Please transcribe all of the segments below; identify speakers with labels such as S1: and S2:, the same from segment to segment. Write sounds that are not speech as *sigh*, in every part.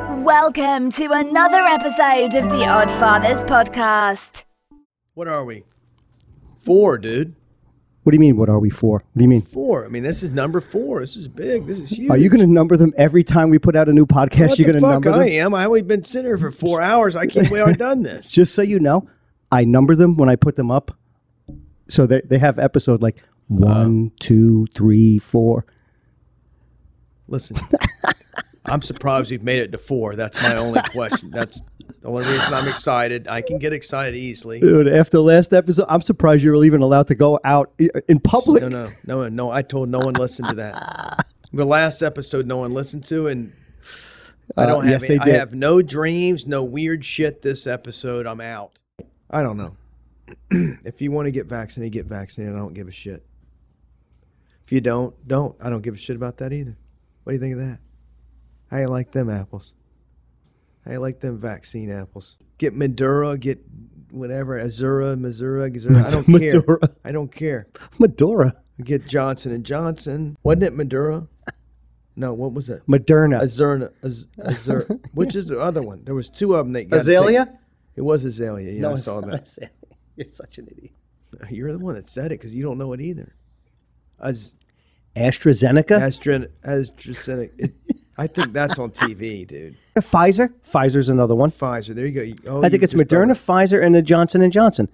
S1: Welcome to another episode of the Odd Fathers podcast.
S2: What are we? Four, dude.
S3: What do you mean? What are we for? What do you mean?
S2: Four. I mean, this is number four. This is big. This is huge.
S3: Are you going to number them every time we put out a new podcast?
S2: What
S3: you're
S2: the
S3: going to
S2: fuck?
S3: number
S2: I
S3: them.
S2: am. I've only been sitting here for four hours. I can't believe I've done this.
S3: *laughs* Just so you know, I number them when I put them up, so they they have episode like one, two, three, four.
S2: Listen, I'm surprised we've made it to four. That's my only question. That's the only reason I'm excited. I can get excited easily.
S3: Dude, after last episode, I'm surprised you were even allowed to go out i- in public.
S2: No, no, no, no. I told no one listened to that. The last episode, no one listened to, and I
S3: Uh,
S2: don't have.
S3: yes, they
S2: I
S3: did.
S2: have no dreams, no weird shit. This episode, I'm out. I don't know. *clears throat* if you want to get vaccinated, get vaccinated. I don't give a shit. If you don't, don't. I don't give a shit about that either. What do you think of that? How you like them apples? How you like them vaccine apples? Get Madura, get whatever Azura, Missouri, Gazura. I *laughs* don't care.
S3: Madura.
S2: I don't care.
S3: Medora,
S2: We get Johnson and Johnson. Wasn't it Madura? No, what was it?
S3: Moderna,
S2: Azurna, Az,
S3: *laughs*
S2: Azur, which is the other one? There was two of them that got taken. It was Azalea. Yeah, I
S3: it's
S2: saw
S3: not
S2: that.
S3: Azalea. You're such an idiot.
S2: You're the one that *laughs* said it because you don't know it either. Az,
S3: AstraZeneca,
S2: Astrin, AstraZeneca. It, I think that's on TV, dude.
S3: Pfizer. Pfizer's another one.
S2: Pfizer. There you go. Oh,
S3: I think
S2: you
S3: it's
S2: just
S3: Moderna,
S2: thought-
S3: Pfizer, and the Johnson and Johnson.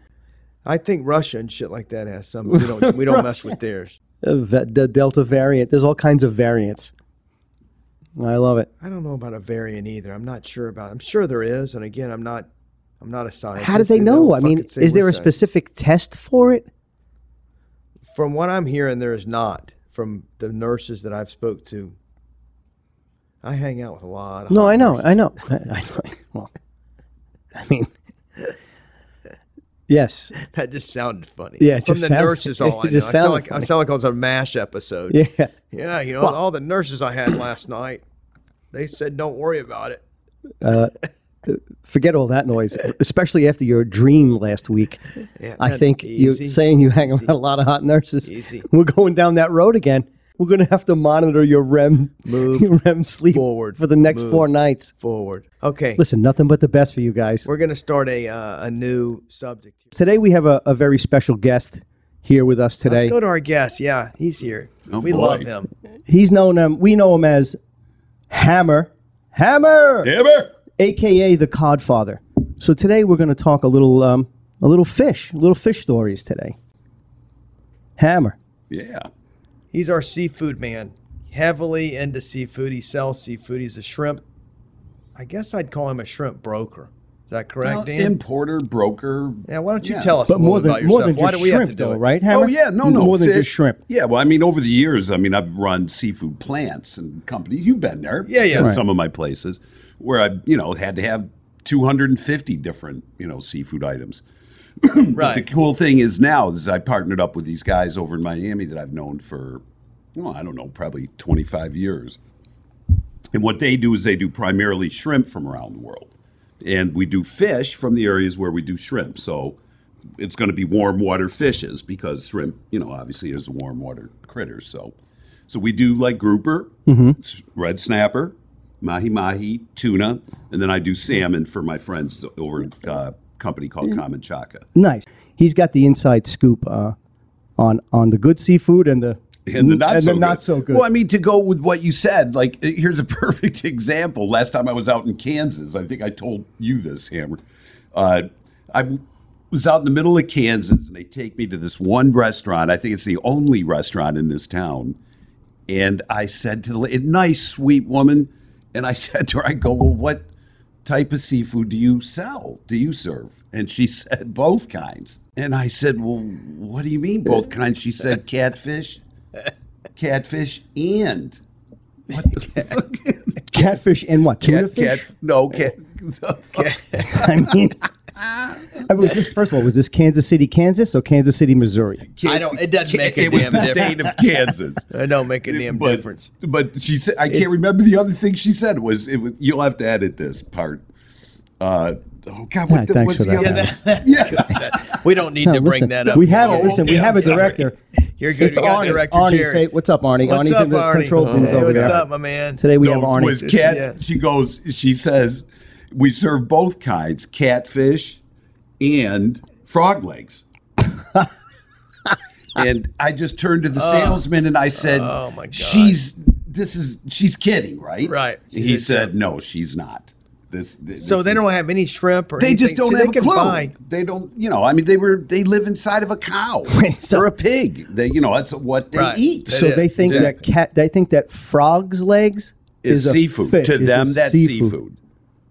S2: I think Russia and shit like that has some. We don't. We
S3: *laughs*
S2: don't mess with theirs.
S3: Uh, ve- the Delta variant. There's all kinds of variants. I love it.
S2: I don't know about a variant either. I'm not sure about. I'm sure there is, and again, I'm not. I'm not a scientist.
S3: How do they
S2: and
S3: know?
S2: don't
S3: I mean,
S2: fucking say
S3: is there a
S2: what's that.
S3: specific test for it?
S2: from what I'm hearing, there is not from the nurses that I've spoke to. I hang out with a lot. Of
S3: No,
S2: hot
S3: I know,
S2: nurses.
S3: I know, I, I know. *laughs* Well, I mean, yes,
S2: *laughs* That just sounded funny.
S3: Yeah, it
S2: from
S3: just
S2: the
S3: sounded-
S2: nurses, all I
S3: *laughs* it just
S2: know. I sound
S3: sounded
S2: like I
S3: funny.
S2: sound like I was on a mash episode.
S3: yeah.
S2: Yeah, you know, all the nurses I had last night, they said don't worry about it.
S3: Forget all that noise, especially after your dream last week.
S2: Yeah,
S3: I
S2: that-
S3: think you
S2: easy,
S3: saying you hang around a lot of hot nurses.
S2: Easy.
S3: We're going down that road again. We're going to have to monitor your REM
S2: Move
S3: *laughs* your REM sleep
S2: forward,
S3: for the next
S2: move.
S3: four nights.
S2: forward. Okay,
S3: Listen, nothing but the best for you guys.
S2: we're gonna start a uh, a new subject. Here.
S3: Today we have a, a very special guest here with us
S2: Let's
S3: today.
S2: go to our guest. Yeah, he's here. we
S4: boy.
S2: love him.
S3: He's known um, we know him as Hammer. Hammer,
S4: Hammer.
S3: aka the Codfather. So today we're going to talk a little um, a little fish, little fish stories today. Hammer.
S4: Yeah.
S2: He's our seafood man. Heavily into seafood. He sells seafood. He's a shrimp. I guess I'd call him a shrimp broker. Is that correct,
S4: Uh,
S2: Dan?
S4: importer, broker.
S2: yeah. Why don't you
S4: yeah.
S2: tell us? a
S3: But more
S2: little about
S3: than more
S2: yourself?
S3: than
S2: Why
S3: just
S2: do we have
S3: shrimp
S2: to do
S3: though,
S2: it?
S3: right? Hammer?
S4: Oh yeah, no, no,
S3: More than
S4: fish.
S3: just shrimp.
S4: Yeah, well, I mean, over the years, I mean, I've run seafood plants and companies. You've been there,
S2: Yeah, yeah.
S4: to
S2: Right.
S4: Some of my places where I, you know, had to have 250 different, you know, seafood items.
S2: Right.
S4: The cool thing is now is I partnered up with these guys over in Miami that I've known for, well, I don't know, probably 25 years. And what they do is they do primarily shrimp from around the world. And we do fish from the areas where we do shrimp. So it's going to be warm water fishes because shrimp, you know, obviously is a warm water critter. So so we do like grouper, s- red snapper, mahi mahi, tuna, and then I do salmon for my friends over at uh, company called Kamanchaka.
S3: Nice. He's got the inside scoop uh, on on the good seafood and the
S4: *laughs* and the not,
S3: and
S4: so,
S3: the
S4: good.
S3: not so good.
S4: Well, I mean, to go with what you said, like eh, here's a *laughs* perfect example. Last time I was out in Kansas, I think I told you this, Hammer. Uh, I w- was out in the middle of Kansas, and they take me to this one restaurant. I think it's the only restaurant in this town. And I said to the la- nice, sweet woman, and I *laughs* said to her, I go, well, what type of seafood do you sell? Do you serve? And she *laughs* said, both kinds. And I said, well, what do you mean both kinds? She said, catfish, catfish, and. What *laughs* the fuck?
S3: catfish and what? Tuna
S4: Cat,
S3: fish?
S4: cat,
S2: *laughs*
S4: no, cat.
S3: *laughs* I mean, I was this first of all was this Kansas City, Kansas, or Kansas City, Missouri?
S2: I don't- it doesn't make a
S4: it was
S2: damn
S4: the
S2: difference.
S4: state of Kansas.
S2: It don't make *laughs* a damn
S4: but,
S2: difference.
S4: But she said, I can't remember the other thing she said was it was. You'll have to edit this part. Uh, oh God, what
S3: Yeah,
S4: the,
S3: thanks
S4: what's
S3: for
S4: the
S3: that,
S4: other?
S3: Howard.
S4: *laughs* yeah,
S2: We don't need
S3: No,
S2: to bring
S3: listen,
S2: that up.
S3: We have a
S4: Oh,
S3: listen. we
S4: okay,
S3: have
S4: I'm
S3: a
S4: sorry.
S3: director.
S2: You're good.
S3: It's
S2: you got
S3: Arnie.
S2: director
S3: Arnie,
S2: Jared.
S3: say what's up, Arnie.
S2: What's
S3: Arnie's
S2: up,
S3: in the
S2: Arnie?
S3: control booth
S2: Hey,
S3: over
S2: what's
S3: there.
S2: up, my man?
S3: Today we
S4: no,
S3: have
S4: it
S3: Arnie.
S4: was cat.
S2: Yeah.
S4: She goes. She says, "We serve both kinds: catfish and
S2: *laughs*
S4: frog legs." and I just turned to the salesman and I said,
S2: Oh, my God.
S4: she's this is she's kidding, right?"
S2: Right.
S4: he
S2: She's a
S4: said, "No, she's not." This. this
S2: So they
S4: is-
S2: don't have any shrimp or
S4: They just
S2: anything.
S4: don't
S2: See,
S4: have
S2: they
S4: a
S2: can
S4: clue.
S2: buy-
S4: They don't, you know. I mean, they were they live inside of a
S2: *laughs*
S4: cow
S3: so-
S4: or a pig. They, you know, that's what they
S2: Right.
S4: eat.
S3: So
S2: It
S3: they
S2: is,
S3: think
S4: exactly.
S3: that cat. They think that frogs' legs
S4: is,
S3: a
S4: seafood
S3: fish,
S4: to
S3: is a
S4: them. That's seafood,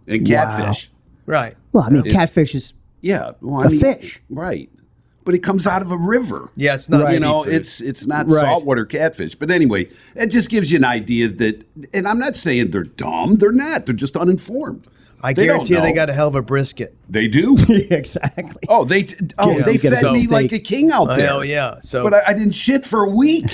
S4: and catfish.
S2: Right.
S3: Well, I mean,
S4: It's-
S3: catfish is *laughs*
S4: Yeah, well,
S3: A fish.
S4: right? But it comes out of a river.
S2: Yeah, it's not
S4: You know,
S2: seafood.
S4: it's it's not
S3: Right.
S4: saltwater catfish. But anyway, it just gives you an idea that. And I'm not saying they're dumb. They're not. They're just uninformed.
S2: I
S4: They don't
S2: guarantee you they
S4: know.
S2: got a hell of a brisket.
S4: They do. *laughs*
S3: exactly.
S4: Oh, they oh
S3: Yeah,
S4: they
S3: you get a
S4: fed me
S3: steak.
S4: like a king out there.
S2: Oh, Hell yeah. So
S4: But I, I didn't shit for a
S3: *laughs*
S4: week.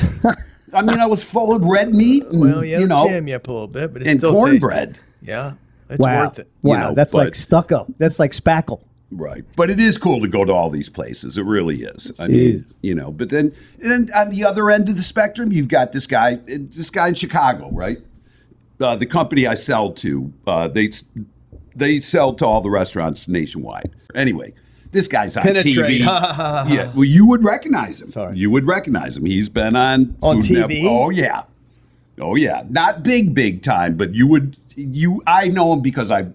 S4: I mean, I was full of red meat. And,
S2: well, yeah,
S4: you
S2: it'll
S4: know,
S2: jam you up a little bit, but it's
S4: and
S2: still
S4: cornbread.
S2: tasty. Yeah, it's
S3: Wow,
S2: worth it.
S3: wow,
S4: know,
S3: that's like
S4: but-
S3: stucco. That's like spackle.
S4: Right. But it is cool to go to all these places. It really is. I mean, you know, but then and then on the other end of the spectrum, you've got this guy, this guy in Chicago, right? Uh, the company I sell to, uh, they they sell to all the restaurants nationwide. Anyway, this guy's on
S2: Penetrate.
S4: *laughs* TV. yeah, well, you would recognize him. Sorry. You would recognize him. He's been on
S2: On
S4: Food Net-
S2: TV?
S4: Oh yeah, Oh yeah, not big big time, but you would you I know him because I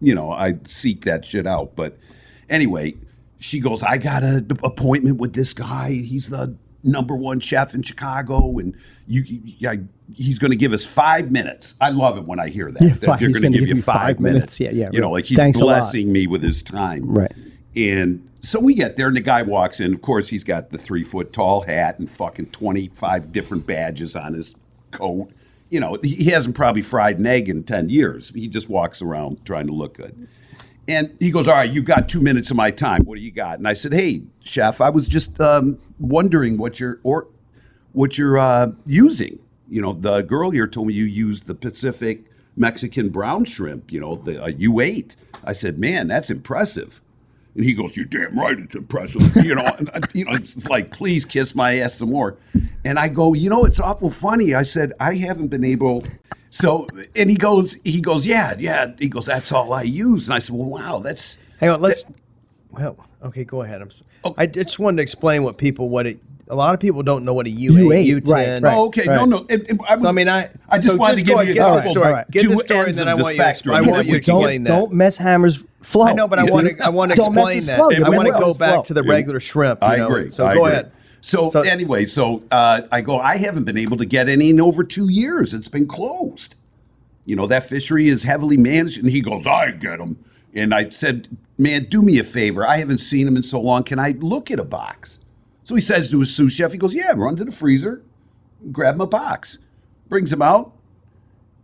S4: you know, I seek that shit out, but anyway, she goes, "I got a d- appointment with this guy. He's the number one chef in Chicago and you, you I, he's going to give us 5 minutes." I love it when I hear that.
S3: Yeah,
S4: that
S3: five-
S4: they're
S3: he's
S4: going to
S3: gonna
S4: give, you 5 minutes.
S3: Yeah, yeah,
S4: You know,
S3: right.
S4: like he's
S3: Thanks a lot.
S4: blessing me with his time.
S3: Right.
S4: And so we get there, and the guy walks in. Of course, he's got the three foot tall hat and fucking 25 different badges on his coat. You know, he he hasn't probably fried an egg in 10 years. He just walks around trying to look good. And he goes, All right, you got two minutes of my time. What do you got? And I said, Hey, chef, I was just um, wondering what your or what you're uh, using. You know, the girl here told me you use the Pacific Mexican brown shrimp, you know, the uh, U8. I said, man, that's impressive. And he goes, you're damn right, it's impressive. *laughs* you know, and, I- you know, it's like, please kiss my ass some more. And I go, you know, it's awful funny. I said, I haven't been able. So, and he goes, he goes, yeah, yeah. He goes, that's all I use. And I said, well, wow, that's
S2: Hang on, let's. Well, okay, go ahead. I'm. s
S4: Oh.
S2: I just wanted to explain what people what it. A lot of people don't know what a U
S3: You
S2: eight,
S3: ate,
S2: U ten.
S3: right, right.
S4: Oh, okay. No, no. It, it- I,
S2: So I mean, I
S4: I just
S2: so
S4: wanted to
S2: go
S4: give
S2: ahead,
S4: you
S2: get
S4: a
S2: the
S4: couple-
S2: story.
S3: all right.
S2: Get
S4: two
S2: the story,
S4: ends
S2: and then
S4: of
S2: I
S4: the
S2: want you.
S4: spectrum.
S2: I
S4: Yeah,
S2: want
S4: we
S2: you to
S4: don't-
S2: explain that.
S3: Don't mess Hammer's flow.
S2: I know, but I
S4: Yeah.
S2: want to. I want to
S3: Don't mess
S2: explain
S3: his
S2: that.
S3: flow.
S2: And
S3: You're
S2: I want to
S3: messing
S2: go
S3: his
S2: back
S3: flow.
S2: to the regular shrimp. You
S4: I
S2: know?
S4: agree.
S2: So
S4: I
S2: go
S4: agree.
S2: ahead.
S4: So,
S2: So-
S4: anyway, so uh, I go. I haven't been able to get any in over two years. It's been closed. You know that fishery is heavily managed, and he goes, "I get them." And I said, "Man, do me a favor. I haven't seen him in so long. Can I look at a box?" So he says to his sous chef, "He goes, yeah, run to the freezer, grab him a box, brings him out."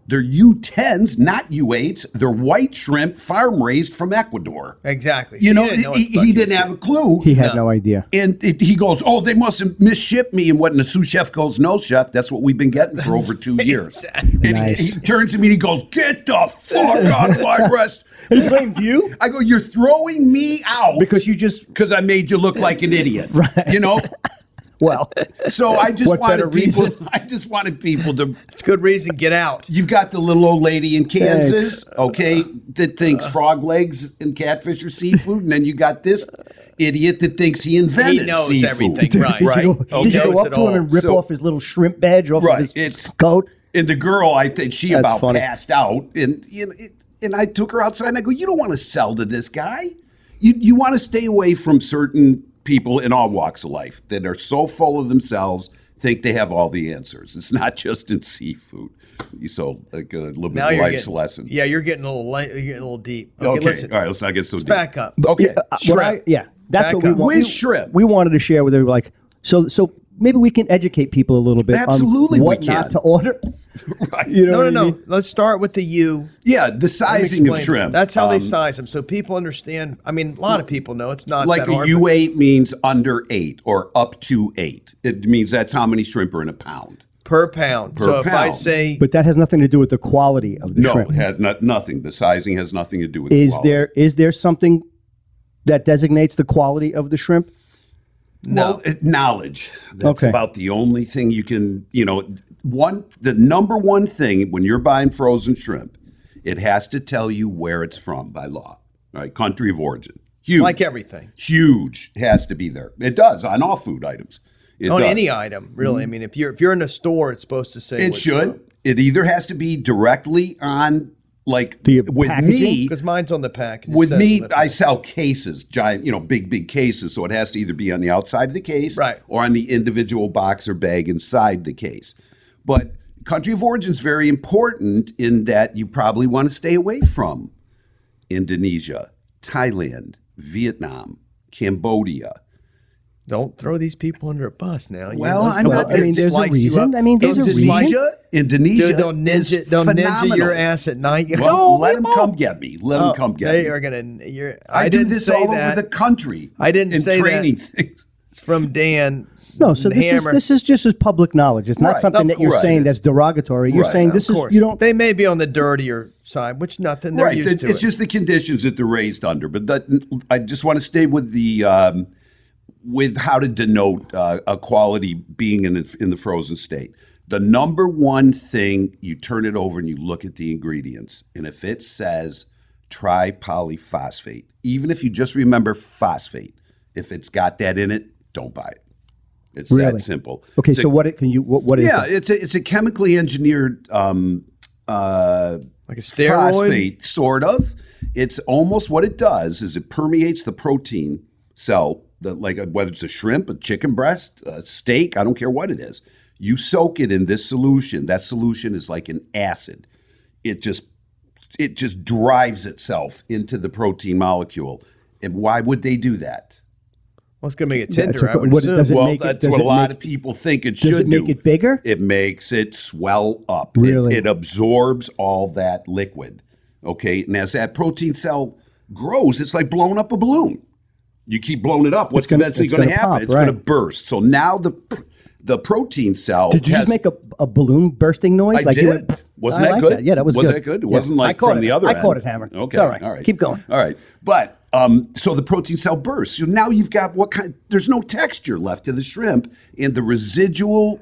S4: They're U10s, not U8s. They're white shrimp, farm raised from Ecuador.
S2: Exactly.
S4: You
S2: So
S4: know,
S2: didn't know
S4: he,
S2: it's
S4: he
S2: fucking
S4: didn't have a clue.
S3: He had no, idea.
S4: And it, he goes, "Oh, they must have misshipped me." And what? And the sous chef goes, "No, chef, that's what we've been getting for over
S3: *laughs*
S4: two years." And he- he,
S3: Nice.
S4: turns to me and he goes, "Get the fuck out
S3: *laughs*
S4: of my rest!"
S3: He blamed you
S4: I go, "You're throwing me out
S3: because you just
S4: because I made you look like
S3: *laughs*
S4: an idiot." Right? You know. *laughs*
S3: well.
S4: So I just
S3: What better
S4: wanted people.
S3: reason?
S4: *laughs* I just wanted people to.
S2: It's good reason. Get
S4: *laughs*
S2: out.
S4: You've got the little old lady in Kansas, okay, that
S3: Uh.
S4: thinks frog legs and catfish are seafood, and then you got this idiot that thinks he invented.
S2: He knows
S4: seafood.
S2: everything, right?
S3: Did,
S2: right.
S3: You go,
S2: He
S3: did you
S2: knows
S3: go up
S2: it
S3: to him
S2: all.
S3: and rip
S4: So-
S3: off his little shrimp badge off
S4: Right,
S3: of his
S4: it's-
S3: coat?
S4: And the girl, I think she
S3: That's
S4: about
S3: funny.
S4: passed out, and you know, it, and I took her outside, and I go, "You don't want to sell to this guy. You you want to stay away from certain people in all walks of life that are so full of themselves, think they have all the answers. It's not just in seafood. So like a little bit
S2: Now
S4: of
S2: you're
S4: life's
S2: getting,
S4: lesson.
S2: Yeah, you're getting a little. li- You're getting a little deep. Okay,
S4: Okay.
S2: listen.
S4: all right. Let's not get so deep.
S2: Back up.
S4: Okay.
S3: Uh, what I-
S2: Shrimp.
S3: yeah, that's
S2: Back
S3: what we
S2: up.
S3: want.
S4: With
S3: we,
S4: shrimp.
S3: we wanted to share with her, like so. So maybe we can educate people a little bit. on
S4: Absolutely we
S3: what
S4: can.
S3: not to order.
S4: *laughs* Right.
S3: You know,
S2: No,
S3: what
S2: no, no.
S3: I mean?
S2: Let's start with the U.
S4: yeah, the
S2: Let me
S4: sizing of
S2: explain.
S4: shrimp.
S2: That's how they
S4: Um,
S2: size them, so people understand. I mean, a lot of people know it's not
S4: Like
S2: that
S4: a
S2: hard, but-
S4: U8 means under eight or up to eight. It means that's how many shrimp are in a pound.
S2: per pound. so if I
S4: pound.
S2: say
S3: But that has nothing to do with the quality of the
S4: No,
S3: shrimp.
S4: it has not, nothing. The sizing has nothing to do with
S3: Is
S4: quality.
S3: there is there something that designates the quality of the shrimp?
S4: Well, it, knowledge. That's
S3: Okay.
S4: about the only thing you can, you know, one the number one thing when you're buying frozen shrimp, it has to tell you where it's from by law. Right? Country of origin. Huge.
S2: Like everything.
S4: huge has to be there. It does on all food items. It
S2: on
S4: does. Mm-hmm.
S2: any item, really. I mean, if you're if you're in a store, it's supposed to say
S4: It
S2: what's
S4: should. It either has to be directly on like
S3: The
S4: with
S3: packaging?
S4: me
S2: because mine's on the pack. It just
S4: with
S2: says
S4: me,
S2: on the
S4: I
S2: pack.
S4: sell cases, giant, you know, big, big cases. So it has to either be on the outside of the case
S2: Right.
S4: or on the individual box or bag inside the case. But country of origin is very important in that you probably want to stay away from Indonesia, Thailand, Vietnam, Cambodia.
S2: don't throw these people under a bus now. you
S4: Well,
S2: know,
S4: I'm
S2: come
S4: not-
S2: on,
S4: I
S2: they
S4: mean,
S3: there's a
S2: slice you
S3: reason.
S2: up.
S3: I mean, there's
S2: They'll
S3: a
S2: just
S3: reason.
S2: slice you-
S4: Indonesia, Indonesia
S2: Dude, they'll ninja,
S4: is
S2: they'll ninja
S4: phenomenal.
S2: your ass at night. You
S4: Well,
S2: go,
S4: let them
S2: people.
S4: come get me. Let them come get
S2: Oh, They
S4: me.
S2: are gonna. You're,
S4: I,
S2: I,
S4: do
S2: didn't
S4: this
S2: say
S4: all
S2: that.
S4: over the country.
S2: I didn't
S4: in
S2: say that.
S4: training *laughs* things.
S2: It's from Dan.
S3: No, so this is
S2: Hammer.
S3: this is just as public knowledge. It's not
S4: Right,
S3: something
S4: of
S3: that you're
S4: course.
S3: saying that's derogatory. You're
S4: Right,
S3: saying
S4: of
S3: this
S2: Of
S3: is
S2: course.
S3: you don't.
S2: They may be on the dirtier side, which nothing. They're used
S4: it-
S2: to
S4: it's
S2: it.
S4: just the conditions that they're raised under. But that, I just want to stay with the um, with how to denote uh, a quality being in the, in the frozen state. The number one thing you turn it over and you look at the ingredients, and if it says tripolyphosphate, even if you just remember phosphate, if it's got that in it, don't buy it. It's
S3: Really?
S4: that simple.
S3: Okay,
S4: It's a-
S3: so what it can you what, what is
S4: yeah,
S3: it?
S4: it's a it's a chemically engineered um, uh,
S2: like a steroid.
S4: phosphate, sort of. It's almost what it does is it permeates the protein cell, that like uh, whether it's a shrimp, a chicken breast, a steak, I don't care what it is. You soak it in this solution. That solution is like an acid. It just it just drives itself into the protein molecule. And why would they do that?
S2: Well, it's gonna make it
S3: Yeah, it's
S2: tender. I
S3: okay.
S2: would
S3: What it
S2: assume.
S3: does it-
S4: well,
S3: make
S4: that's
S3: does
S4: what a
S3: it
S4: lot
S3: make-
S4: of people think it
S3: Does
S4: should
S3: it make
S4: do.
S3: it bigger?
S4: It makes it swell up.
S3: Really?
S4: It, it absorbs all that liquid. Okay. And as that protein cell grows, it's like blowing up a balloon. You keep blowing it up. What's
S3: gonna-
S4: eventually
S3: it's
S4: going to
S3: gonna
S4: happen?
S3: pop,
S4: it's
S3: right.
S4: going to burst. So now the the protein cell.
S3: Did you
S4: has,
S3: just make a, a balloon bursting noise?
S4: I
S3: You
S4: did. Wasn't
S3: I
S4: that
S3: like
S4: good?
S3: Yeah, that was,
S4: was
S3: good.
S4: that good? It
S3: Yeah.
S4: wasn't
S3: I
S4: like
S3: caught
S4: from
S3: it.
S4: the other
S3: I caught it,
S4: end.
S3: Hammer.
S4: Okay.
S3: It's all right.
S4: All right.
S3: Keep going.
S4: All right. But um, so the protein cell bursts. So now you've got what kind? There's no texture left to the shrimp, and the residual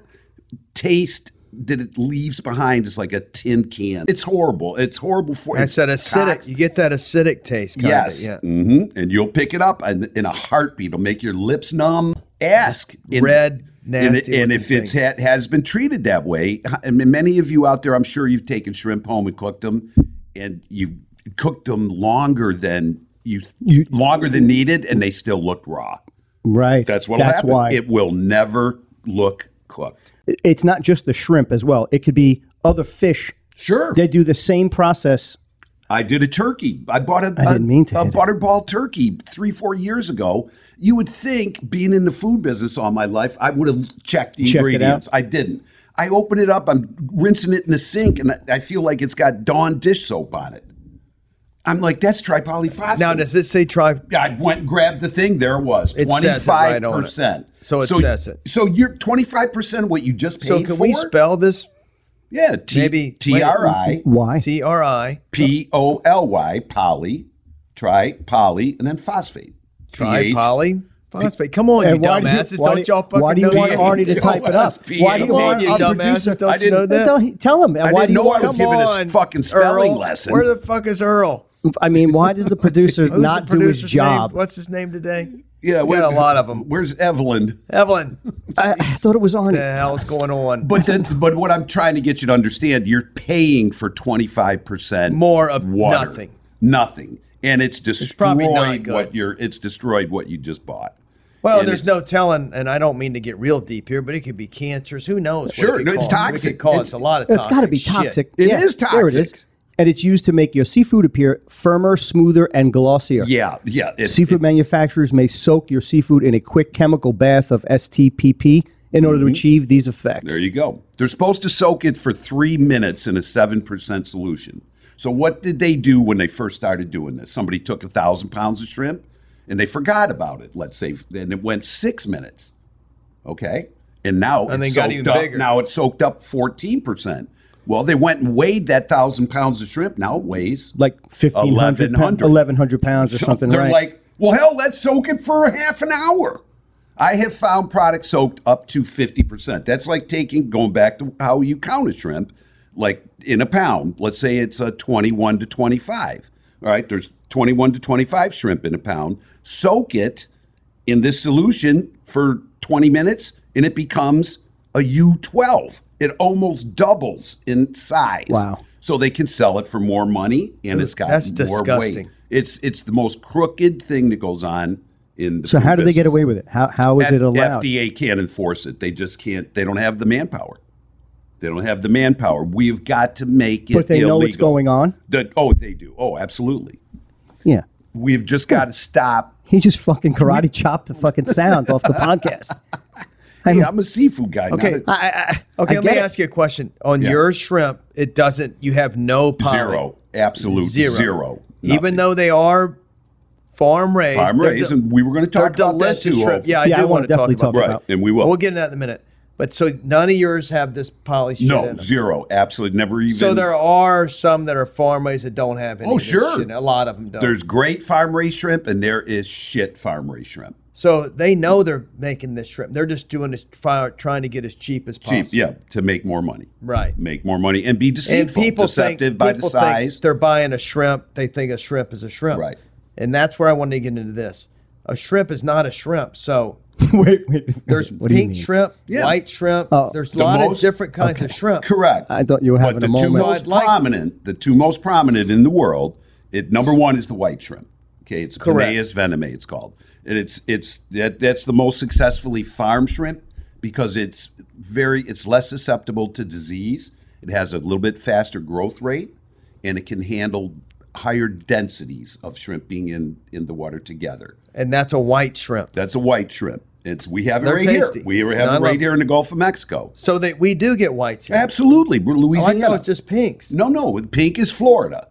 S4: taste that it leaves behind is like a tin can. It's horrible. It's horrible for.
S2: That's that
S4: it's
S2: acidic.
S4: toxic.
S2: You get that acidic taste. Kind
S4: Yes.
S3: Mm-hmm.
S2: Of, yeah.
S4: hmm And you'll pick it up in, in a heartbeat. It'll make your lips numb. Ask in-
S2: Red,
S4: and, it-
S2: nasty
S4: and
S2: looking
S4: if it's
S2: things.
S4: ha- has been treated that way, I mean, many of you out there, I'm sure you've taken shrimp home and cooked them, and you've cooked them longer than you,
S3: You-
S4: longer than needed, and they still looked raw.
S3: Right.
S4: That's what
S3: That's
S4: happen.
S3: why
S4: it will never look cooked.
S3: it's not just the shrimp as well. It could be other fish.
S4: Sure,
S3: They do the same process.
S4: I did a turkey. I bought a,
S3: I didn't mean to
S4: a, a
S3: hit it.
S4: butterball turkey three, four years ago. You would think, being in the food business all my life, I would have checked the
S3: Checked it out.
S4: ingredients. I didn't. I open it up, I'm rinsing it in the sink, and I, I feel like it's got Dawn dish soap on it. I'm like, that's tripolyphosphate.
S2: Now, does this say try?
S4: I went and grabbed the thing. There it was
S2: It
S4: twenty
S2: says it
S4: five
S2: right on it.
S4: percent.
S2: So it says it.
S4: So you're twenty five percent what you just paid
S2: So can
S4: for.
S2: we spell this?
S4: Yeah, T-
S2: Maybe-
S4: T R I
S3: Why?
S2: T R I
S4: P O L Y, poly, tri, poly, and then phosphate.
S2: try
S4: PH.
S2: poly phosphate. Come on, you
S3: And why do you-
S2: dumbasses!
S3: why
S2: don't
S3: do-
S2: y'all fucking
S3: Why do you
S2: know
S3: want
S2: that?
S3: Arnie to
S4: Yo,
S2: *laughs*
S3: type
S4: *laughs*
S3: it up?
S4: SPH.
S3: Why do you
S2: Come on,
S3: want
S2: you
S3: our producer?
S2: dumbasses! Don't you
S4: didn't-
S2: know that?
S3: Tell him. Tell him.
S4: I
S3: why do
S4: didn't
S3: you
S4: know I
S3: want-
S4: was giving us fucking spelling lesson.
S2: Where the fuck is Earl?
S3: I mean, why
S4: *laughs*
S3: does the producer
S2: Who's
S3: *laughs* not
S2: the
S3: do his
S2: producer's
S3: job?
S2: Name? What's his name today?
S4: Yeah,
S2: we
S4: where-
S2: got a lot of them.
S3: *laughs*
S4: Where's Evelyn?
S2: Evelyn,
S3: I, I thought it was
S2: the
S3: Arnie.
S2: hell's going on? *laughs*
S4: But the, but what I'm trying to get you to understand, you're paying for 25 percent
S2: More of
S4: water,
S2: nothing.
S4: nothing, and it's destroyed
S2: probably not good.
S4: what you're. It's destroyed what you just bought.
S2: Well,
S4: And
S2: there's
S4: it's-
S2: no telling, and I don't mean to get real deep here, but it could be cancers. Who knows? what it
S4: Sure,
S2: could
S4: no,
S2: cause.
S4: it's
S2: It
S4: toxic.
S2: could cause
S4: It's-
S2: a lot of.
S3: It's got to be
S2: shit.
S3: toxic.
S4: It
S3: yeah,
S4: is
S3: There it is.
S4: toxic.
S3: And it's used to make your seafood appear firmer, smoother, and glossier.
S4: Yeah, yeah. It's,
S3: Seafood manufacturers may soak your seafood in a quick chemical bath of STPP in order to achieve these effects.
S4: Mm-hmm. There you go. They're supposed to soak it for three minutes in a 7% solution. So, what did they do when they first started doing this? Somebody took a thousand pounds of shrimp and they forgot about it, let's say, and it went six minutes. Okay. And now
S2: And they
S4: it's
S2: got
S4: soaked
S2: even
S4: up.
S2: bigger.
S4: Now it's soaked up 14%. Well, they went and weighed that thousand pounds of shrimp. Now it weighs
S3: like 1,500 pounds,
S4: 1,100.
S3: 1,100 pounds or
S4: So
S3: something,
S4: They're
S3: right?
S4: like, well, hell, let's soak it for a half an hour. I have found products soaked up to 50%. That's like taking, going back to how you count a shrimp, like in a pound. Let's say it's a 21 to 25. All right, there's 21 to 25 shrimp in a pound. Soak it in this solution for 20 minutes and it becomes a U12. It almost doubles in size.
S3: Wow.
S4: So they can sell it for more money and it's got
S2: That's
S4: more
S2: disgusting.
S4: weight. It's it's the most crooked thing that goes on in the
S3: So
S4: food
S3: how do they get
S4: business.
S3: away with it? How how is
S4: F-
S3: it allowed?
S4: FDA can't enforce it. They just can't. They don't have the manpower. They don't have the manpower. We've got to make it.
S3: but they know what's
S4: illegal.
S3: going on.
S4: The- oh, they do. Oh, absolutely.
S3: Yeah.
S4: We've just got to stop.
S3: He just fucking karate chopped the fucking sound off the podcast. I
S4: Hey,
S3: mean,
S4: I'm a seafood guy. not
S2: Okay.
S4: a-
S3: I, I, I-
S2: Okay,
S3: I
S2: let me
S3: get it.
S2: ask you a question. On
S4: Yeah.
S2: your shrimp, it doesn't. You have no pollen.
S4: zero. Absolute
S2: Zero.
S4: zero.
S2: Even though they are farm raised.
S4: farm raised, and we were going to
S2: They're
S4: talk about that
S2: delicious
S4: too.
S2: shrimp.
S4: hopefully.
S2: Yeah, I
S3: Yeah, I
S2: do
S3: wanna
S2: want to talk
S3: definitely
S2: about
S3: talk
S2: that.
S4: Right,
S3: about-
S4: and we will.
S2: We'll get into that in a minute. But so none of yours have this polished shit in
S4: no,
S2: 'em.
S4: zero. Absolutely, never even.
S2: So there are some that are farm raised that don't have any.
S4: Oh,
S2: of this
S4: sure.
S2: shit. A lot of them don't.
S4: there's great farm raised shrimp, and there is shit farm raised shrimp.
S2: so they know they're making this shrimp. They're just doing this, try, trying to get as cheap as possible.
S4: Cheap, yeah, to make more money.
S2: Right.
S4: Make more money and be
S2: And
S4: deceitful,
S2: people think,
S4: deceptive by the
S2: people think
S4: size.
S2: they're buying a shrimp. They think a shrimp is a shrimp.
S4: Right.
S2: And that's where I wanted to get into this. A shrimp is not a shrimp.
S4: *laughs*
S2: So
S3: *laughs* wait, wait.
S2: there's
S3: what do you
S2: pink
S3: mean?
S2: shrimp,
S4: Yeah.
S2: white shrimp.
S3: Oh.
S2: there's a
S4: The
S2: lot of
S4: most-
S2: different kinds of shrimp.
S4: Correct.
S3: I thought you were having
S4: but the
S3: a
S4: two
S3: moment.
S4: most
S2: So I'd like-
S4: prominent, the two most prominent in the world, it number one is the white shrimp. Okay, it's
S2: Correct.
S4: Peneus vename. It's called, and it's it's that that's the most successfully farmed shrimp because it's very it's less susceptible to disease. It has a little bit faster growth rate, and it can handle higher densities of shrimp being in in the water together.
S2: And that's a white shrimp.
S4: That's a white shrimp. It's we have it
S2: They're
S4: right
S2: tasty.
S4: here. We have
S2: No, I
S4: it right
S2: love-
S4: here in the Gulf of Mexico.
S2: So that we do get white shrimp.
S4: Absolutely, we're
S2: Oh, I
S4: Louisiana.
S2: thought it's just pinks.
S4: No, no. Pink is Florida.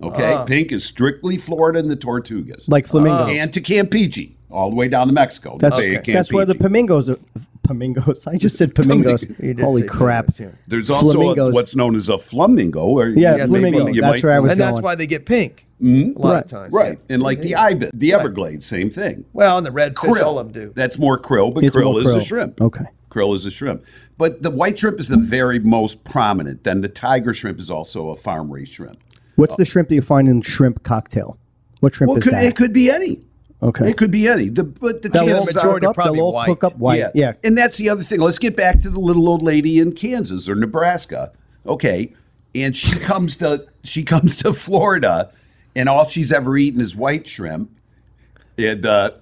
S4: Okay.
S2: Uh.
S4: Pink is strictly Florida and the Tortugas.
S3: like uh. flamingos.
S4: and to Campeche, all the way down to Mexico.
S3: that's
S4: They at
S3: that's where the
S4: Campeche.
S3: flamingos are. Flamingos. I just said flamingos.
S2: You did
S3: Holy
S2: say
S3: crap.
S2: flamingos, yeah.
S4: There's also a,
S3: flamingos.
S4: what's known as a flamingo. Or
S3: Yeah,
S4: you
S3: flamingo.
S4: might- you
S3: That's
S4: might-
S3: where I was
S2: And that's
S3: going.
S2: why they get pink a lot
S3: Right.
S2: of times.
S4: Mm-hmm. Right.
S2: yeah.
S4: And like the ibis, the Everglades, same thing.
S2: Well, and the red fish,
S4: Krill.
S2: all of them do.
S4: That's more krill, but
S3: It's
S4: krill,
S3: more
S4: is a
S3: krill. Oh.
S4: shrimp.
S3: Okay.
S4: Krill is a shrimp. But the white shrimp is the very most prominent. Then the tiger shrimp is also a farm raised shrimp.
S3: What's the shrimp that you find in shrimp cocktail? What shrimp
S4: Well,
S3: is
S4: could,
S3: that?
S4: it could be any.
S3: okay.
S4: It could be any. The, but the
S3: They'll all
S4: chances
S2: majority
S4: are
S3: cook up-
S2: probably
S3: they'll all
S2: white.
S3: cook up white. Yeah.
S4: And that's the other thing. Let's get back to the little old lady in Kansas or Nebraska. Okay. And she *laughs* comes to she comes to Florida and all she's ever eaten is white shrimp. And uh,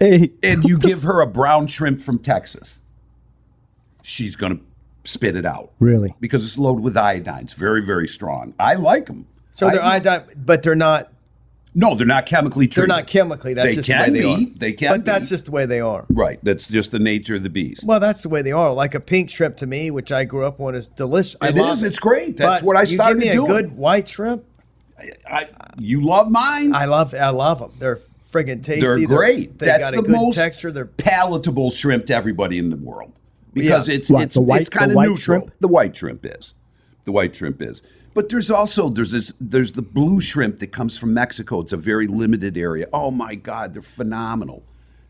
S3: Hey,
S2: *laughs*
S4: and you give her a brown shrimp from Texas. She's going to spit it out.
S3: Really?
S4: Because it's loaded with iodine. It's very very strong. I like them.
S2: So they're iodine, but they're not.
S4: No, they're not chemically
S2: They're
S4: treated.
S2: not chemically. That's
S4: They
S2: just
S4: can
S2: the way they
S4: be.
S2: are.
S4: They can
S2: But that's
S4: be.
S2: just the way they are.
S4: right. That's just the nature of the beast.
S2: Well, that's the way they are. Like a pink shrimp to me, which I grew up on, is delicious. I
S4: It
S2: love
S4: is. It's great. That's
S2: But
S4: what I
S2: you
S4: started
S2: give me
S4: doing.
S2: A good white shrimp.
S4: I, you love mine.
S2: I love. I love them. They're friggin' tasty.
S4: They're great.
S2: they
S4: That's
S2: got
S4: the
S2: a good
S4: most
S2: texture. They're
S4: palatable shrimp to everybody in the world because
S2: Yeah.
S4: it's
S3: What,
S4: it's
S3: the white-
S4: it's kind
S3: the
S4: of
S3: white
S4: neutral.
S3: shrimp?
S4: The white shrimp is, the white shrimp is. But there's also there's this there's the blue shrimp that comes from Mexico. It's a very limited area. Oh my God, they're phenomenal.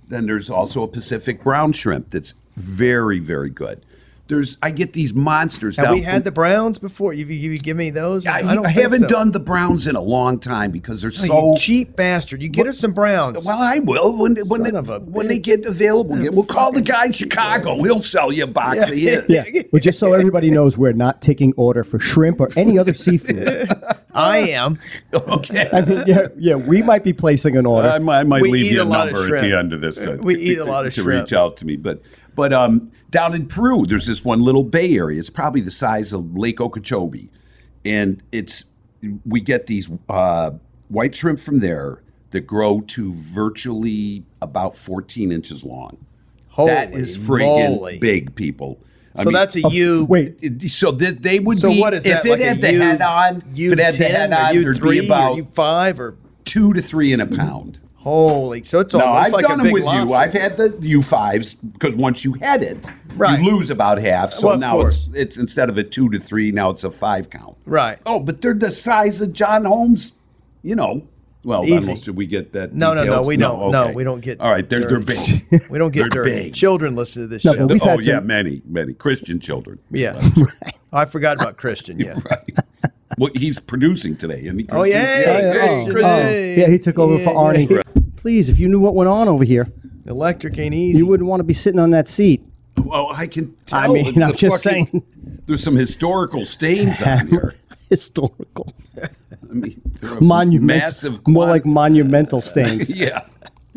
S4: Then there's also a Pacific brown shrimp that's very very good. There's I get these monsters.
S2: Have
S4: down
S2: we
S4: from-
S2: had the browns before? You, you, you give me those?
S4: I,
S2: don't
S4: I
S2: think
S4: haven't
S2: so.
S4: done the browns in a long time because
S2: Oh,
S4: they're so
S2: you cheap bastard. You get us some browns.
S4: Well, I will when when they,
S2: Son of a
S4: when they
S2: bitch.
S4: get available. Again. We'll call the guy in Chicago. He'll sell you a box of his. *laughs*
S3: yeah. Well, just so everybody knows, we're not taking order for shrimp or any other
S4: *laughs*
S3: seafood.
S2: I
S4: uh,
S2: am.
S4: Okay.
S3: I mean, yeah, yeah, we might be placing an order.
S4: I might, I might
S2: We
S4: leave
S2: eat
S4: you
S2: a
S4: a
S2: lot of
S4: number at
S2: shrimp.
S4: the end of this uh, to,
S2: We
S4: to-
S2: eat a lot of
S4: to
S2: shrimp.
S4: reach out to me. But but um, down in Peru, there's this one little bay area. It's probably the size of Lake Okeechobee, and it's we get these uh, white shrimp from there that grow to virtually about 14 inches long.
S2: Holy
S4: that is freaking
S2: moly.
S4: big, people. I
S2: So
S4: mean- oh,
S2: that's a U.
S3: Wait,
S4: It- so that they would
S2: So
S4: be
S2: what is
S4: if
S2: that?
S4: it
S2: like
S4: had
S2: a
S4: the
S2: U-
S4: head on
S2: U10
S4: if it had the head
S2: or
S4: on
S2: U3
S4: there'd be
S2: or
S4: about
S2: U5 or
S4: two to three in a pound
S2: holy. So it's
S4: no
S2: almost
S4: i've
S2: Oh, like
S4: done
S2: a
S4: them
S2: big
S4: with you
S2: lobster.
S4: i've had the u5s because once you had it
S2: Right.
S4: you lose about half so
S2: Well, of
S4: now
S2: course.
S4: it's, it's instead of a two to three now it's a five count
S2: Right.
S4: oh but they're the size of john holmes you know Well, I
S2: Easy.
S4: don't- should we get that?
S2: No, no, no,
S4: detailed?
S2: we don't. No,
S4: okay.
S2: we don't get
S4: All right, they're they're
S2: dirty.
S4: big.
S2: *laughs* We don't get
S4: They're
S2: dirty.
S4: big.
S2: Children listen to this
S3: No,
S2: shit.
S3: but We've
S4: oh
S3: had
S4: yeah,
S3: some-
S4: many, many Christian children.
S2: *laughs*
S4: *laughs*
S2: yeah. I forgot about Christian. Yeah.
S4: right. Well, he's producing today, and he,
S2: Oh, yeah.
S4: yeah,
S2: Yeah,
S4: hey,
S2: oh.
S4: Chris-
S2: Oh.
S3: yeah, he took over for
S2: Yeah, yeah.
S3: Arnie. Please, if you knew what went on over here,
S2: Electric ain't easy.
S3: you wouldn't want to be sitting on that seat. Oh,
S4: Well, Oh, I can. Tell
S3: I mean,
S4: the
S3: I'm just
S4: fucking-
S3: saying.
S4: There's some historical stains on here.
S3: *laughs* Historical,
S4: I mean, they're a
S3: monumental,
S4: massive,
S3: more
S4: quanti- *laughs*
S3: like monumental stains.
S4: yeah,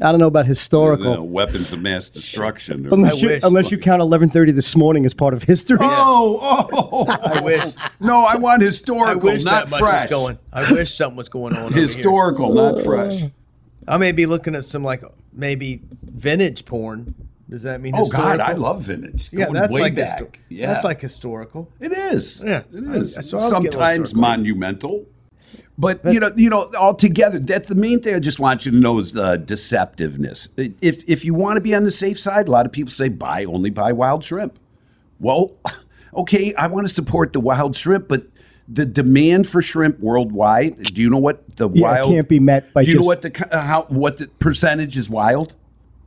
S3: I don't know about
S4: you know,
S3: historical,
S4: weapons of mass destruction. or-
S3: unless, you,
S2: wish.
S3: unless you count 11:30 this morning as part of history.
S4: Oh, oh! I
S2: wish-
S4: No, I want
S2: I
S4: historical,
S2: wish
S4: not
S2: that much
S4: fresh.
S2: was going. I wish something was going
S4: *laughs*
S2: on. over here.
S4: Historical, not fresh.
S2: I may be looking at some like maybe vintage porn. Does that mean?
S4: Oh God, I
S2: historical?
S4: love vintage.
S2: Yeah,
S4: Going
S2: that's
S4: way
S2: like
S4: back.
S2: histo-
S4: yeah,
S2: that's like historical.
S4: It is.
S2: Yeah.
S4: it is.
S2: I- I saw I was getting a little
S4: Sometimes
S2: historical.
S4: monumental, but you know, you know, altogether, that's the main thing. I just want you to know is uh, deceptiveness. If if you want to be on the safe side, a lot of people say buy only buy wild shrimp. Well, *laughs* okay, I want to support the wild shrimp, but the demand for shrimp worldwide. Do you know what the
S3: Yeah, it
S4: wild
S3: can't be met by
S4: Do you
S3: just-
S4: know what the ki- uh, how what the percentage is wild?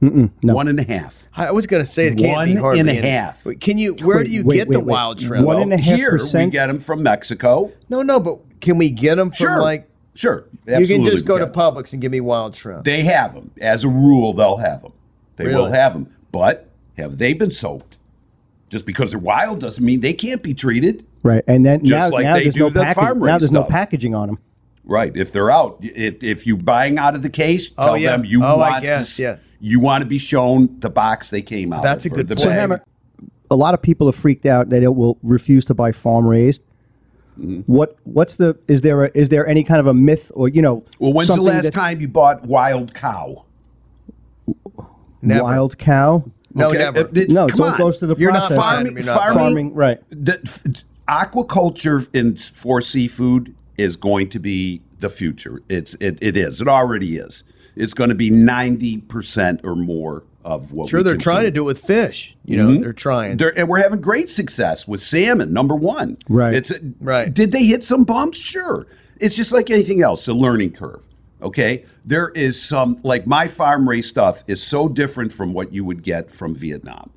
S4: One and a half.
S2: I was gonna say it can't be
S4: One
S2: hardly
S4: and a
S2: any-
S4: half.
S2: Wait, Can you? Where
S3: Wait,
S2: do you
S3: wait,
S2: get
S3: wait,
S2: the
S3: wait.
S2: wild shrimp?
S3: One and a half
S4: Here we
S3: percent?
S4: get them from Mexico.
S2: no, no, but can we get them from
S4: Sure,
S2: like?
S4: sure.
S2: you
S4: Absolutely
S2: can just
S4: we
S2: go to
S4: them.
S2: Publix and give me wild shrimp.
S4: They have them. As a rule, they'll have them. They will
S2: Really?
S4: have them. But have they been soaked? Just because they're wild doesn't mean they can't be treated.
S3: Right, and then now,
S4: like
S3: now
S4: they
S3: there's
S4: do
S3: no
S4: the
S3: packaging.
S4: farm
S3: Now
S4: raised
S3: there's no
S4: stuff.
S3: packaging on them.
S4: Right. If they're out, if, if you buying out of the case, tell
S2: yeah.
S4: them you
S2: Oh, I
S4: want to
S2: guess,
S4: s-
S2: yeah.
S4: you want to be shown the box they came out.
S2: That's
S4: of
S2: a
S4: or
S2: good
S4: the
S2: point. So,
S4: bag.
S2: Hammer-
S3: A lot of people are freaked out. They don't, will refuse to buy farm raised.
S4: Mm-hmm.
S3: What what's the is there a, is there any kind of a myth or you know
S4: Well, when's the
S3: something
S4: last
S3: that-
S4: time you bought wild cow?
S2: Never.
S3: wild cow?
S2: Oh, No,
S4: Okay,
S2: never.
S4: it- it's-
S3: No, it
S4: come
S3: all
S4: on.
S3: goes to the
S2: You're not
S3: process.
S2: farming-
S4: Farming,
S2: You're not
S4: farming,
S3: farming, right?
S4: the, f- aquaculture in for seafood is going to be the future. It's it, it is. It already is. It's going to be ninety percent or more of what.
S2: sure,
S4: we
S2: they're
S4: consume.
S2: trying to do it with fish. You know,
S4: Mm-hmm.
S2: they're trying.
S4: They're, and we're having great success with salmon, number one.
S3: Right.
S4: It's
S2: Right.
S4: Did they hit some bumps? Sure. It's just like anything else, a learning curve. Okay. There is some like my farm raised stuff is so different from what you would get from Vietnam.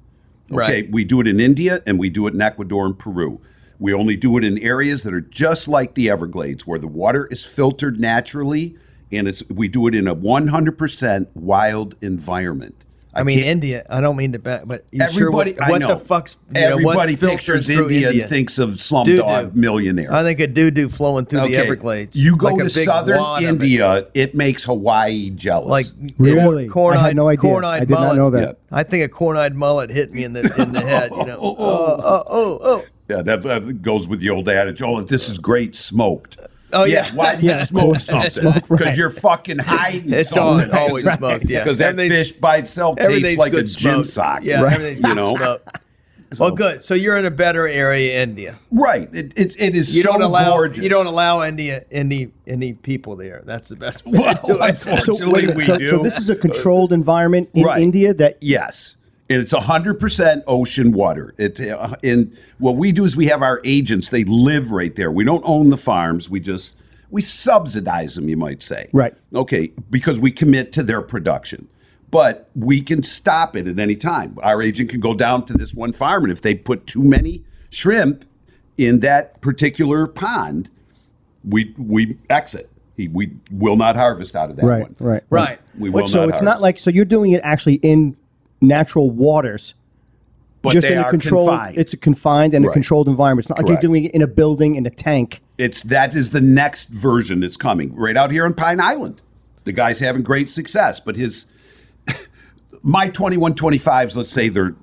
S4: Okay.
S2: Right.
S4: We do it in India and we do it in Ecuador and Peru. We only do it in areas that are just like the Everglades, where the water is filtered naturally, and it's we do it in a 100% wild environment.
S2: I mean, India. I don't mean to, ba- but you sure what,
S4: Everybody, I
S2: what the
S4: know.
S2: fuck's you know, what's
S4: everybody
S2: filtering
S4: pictures
S2: through
S4: India,
S2: India
S4: and thinks of
S2: Doo-doo.
S4: Slumdog Millionaire.
S2: I think a doo doo flowing through the
S4: Okay,
S2: Everglades.
S4: You go
S2: like a
S4: to
S2: big
S4: southern
S2: wad of it.
S4: India, it. makes Hawaii jealous.
S2: like
S3: Really?
S2: corn
S3: I had
S2: eyed,
S3: no idea.
S2: Corn
S3: I
S2: eyed
S3: did not
S2: mullet.
S3: know that.
S2: I think a corn eyed mullet hit me in the in the head. You know, *laughs* oh, oh, oh, oh,
S4: yeah, that, that goes with the old adage. Oh, this is great smoked.
S2: Oh, yeah. *laughs*
S4: why do you
S3: Yeah, of
S4: smoke
S3: course.
S4: something?
S3: Smoke,
S4: Because
S3: right.
S4: you're fucking hiding
S2: It's
S4: something.
S2: all- always smoked, yeah.
S4: Because that
S2: Everything-
S4: fish by itself tastes
S2: everything's
S4: like a
S2: good
S4: gym
S2: smoke.
S4: sock.
S2: Yeah,
S4: right?
S2: everything's
S4: you
S2: good
S4: know,
S2: smoke. well, good. *laughs* So you're in a better area, India.
S4: right? It, it, it is
S2: You
S4: so
S2: don't allow
S4: gorgeous.
S2: you don't allow India any any people there. That's the best. Way *laughs* to do
S4: *laughs* Well,
S2: it.
S3: So,
S4: unfortunately,
S3: wait,
S4: we
S3: so,
S4: do.
S3: so this is a controlled environment in
S4: Right.
S3: India that
S4: Yes. And it's 100% ocean water. It, uh, and what we do is we have our agents, they live right there. We don't own the farms. We just, we subsidize them, you might say.
S3: Right.
S4: Okay. Because we commit to their production. But we can stop it at any time. Our agent can go down to this one farm, and if they put too many shrimp in that particular pond, we we exit. He, we will not harvest out of that
S3: right,
S4: one.
S3: right,
S2: Right.
S4: We will
S3: so
S4: not
S3: it's not
S4: harvest.
S3: like so you're doing it actually in natural waters,
S4: But
S3: just
S4: they
S3: in a
S4: are
S3: controlled.
S4: confined.
S3: It's a confined and a
S4: Right.
S3: controlled environment. It's not like
S4: Correct.
S3: you're doing it in a building in a tank.
S4: It's that is the next version that's coming right out here on Pine Island. The guy's having great success, but his *laughs* my twenty one twenty fives. Let's say they're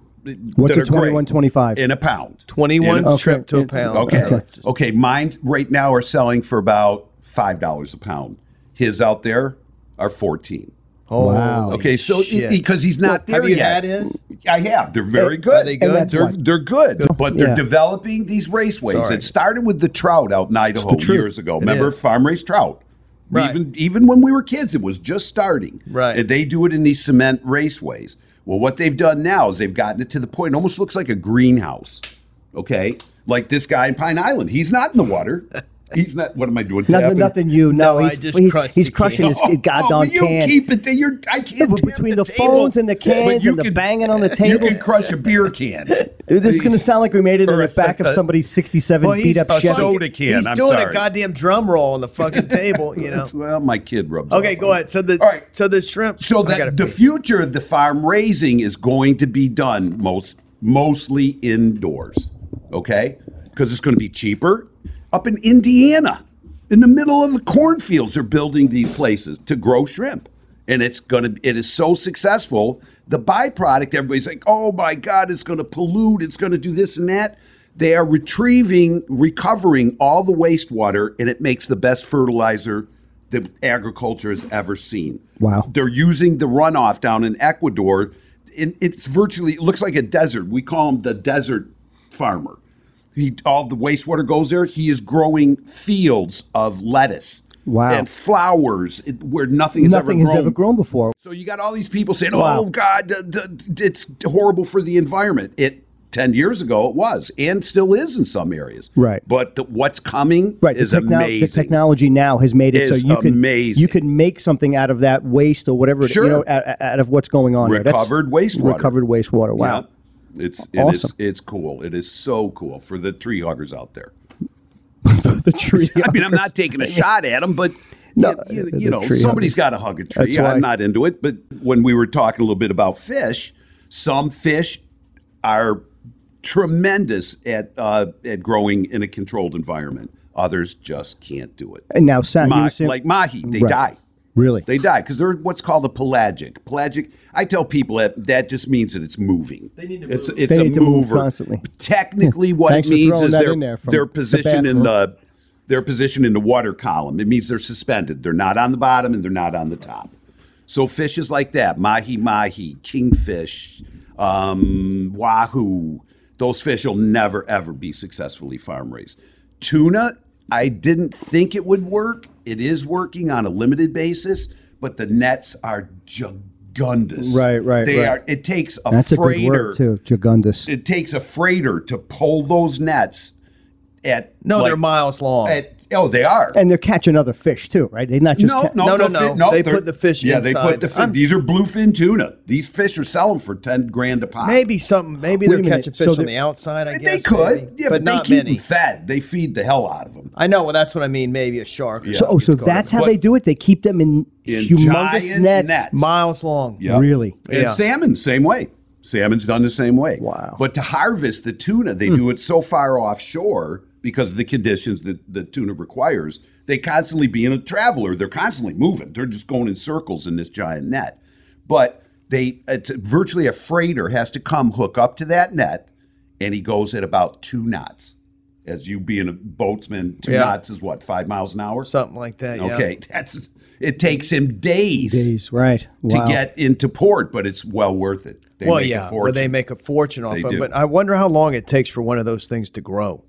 S3: What's
S4: that
S3: a
S4: are great
S3: 2125?
S4: in a pound?
S2: Twenty one
S3: Okay.
S2: trip to a pound.
S4: Okay,
S3: Okay.
S4: okay. Mine right now are selling for about five dollars a pound. His out there are fourteen.
S2: Oh,
S3: Wow.
S2: holy
S4: Okay, so
S2: shit.
S4: because he's not there
S2: have you
S4: yet.
S2: had his?
S4: I have. They're very good.
S2: they good? And that's
S4: They're,
S3: why.
S4: they're good, but they're
S3: Yeah.
S4: developing these raceways.
S2: Sorry.
S4: It started with the trout out in Idaho
S3: truth.
S4: years ago. Remember
S2: is.
S4: farm raised trout?
S2: Right.
S4: Even even when we were kids, it was just starting.
S2: Right.
S4: And they do it in these cement raceways. Well, what they've done now is they've gotten it to the point. It almost
S2: *laughs*
S4: looks like a greenhouse. Okay, like this guy in Pine Island. He's not in the water. He's not. What am I doing?
S3: Nothing,
S4: tapping?
S3: nothing you.
S2: No,
S3: No,
S2: I
S3: he's,
S2: just
S3: he's,
S2: crushed
S3: he's
S2: the
S3: crushing
S2: can.
S4: *laughs*
S3: his goddamn
S4: but Oh, you
S3: can.
S4: keep it. there. You're, I
S3: Yeah,
S4: can't.
S3: but
S4: tap
S3: between the,
S4: table.
S3: phones and the
S4: But
S3: cans
S4: you
S3: and the
S4: can-
S3: banging on the
S4: *laughs* You
S3: table.
S4: can crush a
S3: *laughs*
S4: beer can.
S3: This is going to sound like we made it in the
S4: Correct. Uh,
S3: back of somebody's 67
S2: Well,
S3: beat up
S4: a
S3: Chevy.
S4: soda can,
S2: He's
S4: I'm
S2: doing a
S4: sorry.
S2: goddamn drum roll on the *laughs* fucking table. You know.
S4: That's- well, my kid rubs.
S2: Okay,
S4: off
S2: go
S4: on me.
S2: ahead. So the
S4: All right.
S2: so the shrimp.
S4: So
S2: I gotta
S4: that the
S2: pee.
S4: future of the farm raising is going to be done most mostly indoors, okay? Because it's going to be cheaper. Up in Indiana, in the middle of the cornfields, they're building these places to grow shrimp, and it's going to. It is so successful. The byproduct, everybody's like, "Oh my God, it's going to pollute. It's going to do this and that." They are retrieving, recovering all the wastewater, and it makes the best fertilizer that agriculture has ever seen.
S3: Wow.
S4: They're using the runoff down in Ecuador. And it's virtually, it looks like a desert. We call him the desert farmer. He, all the wastewater goes there. He is growing fields of lettuce.
S3: Wow.
S4: And flowers it- where nothing has
S3: Nothing
S4: ever
S3: has
S4: grown.
S3: ever grown before.
S4: So you got all these people saying,
S3: Wow.
S4: "Oh God, d- d- it's horrible for the environment." It ten years ago it was, and still is in some areas.
S3: Right.
S4: But the, what's coming
S3: Right.
S4: is
S3: the, techno- the
S4: amazing.
S3: technology now has made it
S4: Is
S3: so you can
S4: amazing.
S3: you can make something out of that waste or whatever it-
S4: Sure.
S3: you know out, out of what's going on. there. That's-
S4: Recovered wastewater.
S3: Recovered wastewater. Wow.
S4: Yeah. It's
S3: Awesome.
S4: it is it's cool. It is so cool for the tree huggers out there.
S3: *laughs* *laughs* the tree.
S4: *laughs* I mean, I'm not taking a shot at them, but
S3: No,
S4: you,
S3: the
S4: you know,
S3: tree
S4: somebody's got to hug a tree.
S3: That's why-
S4: I'm not into it. But when we were talking a little bit about fish, some fish are tremendous at uh, at growing in a controlled environment. Others just can't do it.
S3: *laughs* And now, Sam, you
S4: Ma-
S3: were saying-
S4: like mahi, they
S3: Right.
S4: die.
S3: really.
S4: They die because they're what's called a pelagic. Pelagic. I tell people that that just means that it's moving. They need to it's, move. It's
S3: They
S4: a
S3: need to move
S4: mover.
S3: constantly.
S4: Technically, what
S3: Thanks
S4: it
S3: for
S4: means
S3: throwing
S4: is
S3: that
S4: their
S3: in there from
S4: their
S3: the
S4: position
S3: bathroom.
S4: in the their position in the water column. It means they're suspended. They're not on the bottom and they're not on the top. So fishes like that, mahi mahi, kingfish, um, wahoo, those fish will never ever be successfully farm raised. Tuna, I didn't think it would work. It is working on a limited basis, but the nets are gigundous.
S3: Right, right,
S4: They
S3: right.
S4: are. It takes a
S3: That's a
S4: freighter
S3: good word too. Jugundus.
S4: it takes a freighter to pull those nets at
S2: No,
S4: like,
S2: they're miles long.
S4: at, oh they are
S3: and they're catching other fish too, right? They're not just
S4: no,
S3: ca-
S4: no,
S2: No, no,
S4: the
S2: no. They
S4: they're-
S2: put the fish
S4: yeah they
S2: inside.
S4: put the fish
S2: I'm-
S4: these are bluefin tuna these fish are selling for 10 grand a pop
S2: Maybe something. Maybe
S3: Wait a
S2: they're
S3: minute,
S2: catching
S3: so
S2: fish on
S3: they're-
S2: the outside. I
S4: they
S2: guess
S4: could
S2: maybe.
S4: yeah but,
S2: not
S4: they keep
S2: many.
S4: them fed they feed the hell out of them
S2: I know. Well, that's what I mean. Maybe a shark. or
S3: So, oh,
S2: something gets
S3: so
S2: caught in
S3: that's
S2: it.
S3: how they do it. They keep them in,
S4: In
S3: humongous
S4: giant
S3: nets.
S4: nets.
S2: miles long.
S4: Yeah.
S3: Really?
S4: And
S2: Yeah.
S4: salmon, same way. Salmon's done the same way.
S3: Wow.
S4: But to harvest the tuna,
S2: Hmm.
S4: they do it so far offshore because of the conditions that the tuna requires. They constantly being a traveler, they're constantly moving. They're just going in circles in this giant net. But they it's virtually a freighter has to come hook up to that net and he goes at about two knots. As you being a boatsman, two
S2: Yeah.
S4: knots is what, five miles an hour?
S2: Something like that. yeah.
S4: Okay. *laughs* That's it takes him days
S3: Days, right?
S4: to
S3: Wow.
S4: get into port, but it's well worth it. They
S2: well,
S4: make
S2: yeah.
S4: a
S2: Where
S4: fortune.
S2: they make a fortune off
S4: They
S2: of.
S4: do.
S2: it. But I wonder how long it takes for one of those things to grow.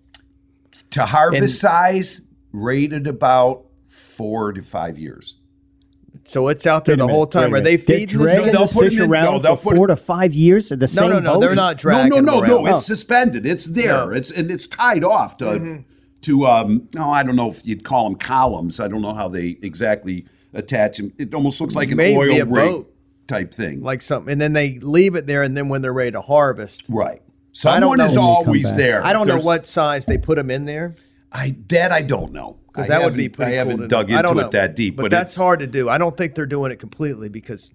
S4: to harvest size rated about four to five years.
S2: So it's out there the whole time. Are they
S3: They're
S2: feeding
S3: dragging
S2: this?
S4: they'll
S3: this
S4: put
S3: fish
S4: them in- no,
S3: around
S4: they'll
S3: for
S4: put
S3: four to five years in the
S2: No,
S3: same
S2: no, no. They're
S3: boat?
S2: not dragging.
S4: no, no,
S2: them
S4: no,
S2: around.
S4: no. It's suspended. It's there.
S2: No.
S4: It's and it's tied off to
S2: Mm-hmm.
S4: to um. Oh, I don't know if you'd call them columns. I don't know how they exactly attach them. It almost looks like an
S2: Maybe
S4: oil
S2: a
S4: rig
S2: boat.
S4: type thing.
S2: like something, and then they leave it there, and then when they're ready to harvest,
S4: right.
S2: I don't
S4: Someone
S2: know
S4: is
S2: when they
S3: come
S4: always
S3: back.
S4: there.
S2: I don't know
S4: There's-
S2: what size they put them in there
S4: I that I don't know
S2: because
S4: I
S2: that would be
S4: haven't-
S2: pretty.
S4: I
S2: cool
S4: haven't
S2: to
S4: dug
S2: know. I don't
S4: into
S2: know.
S4: it that deep, but,
S2: that's
S4: it's-
S2: hard to do. I don't think they're doing it completely because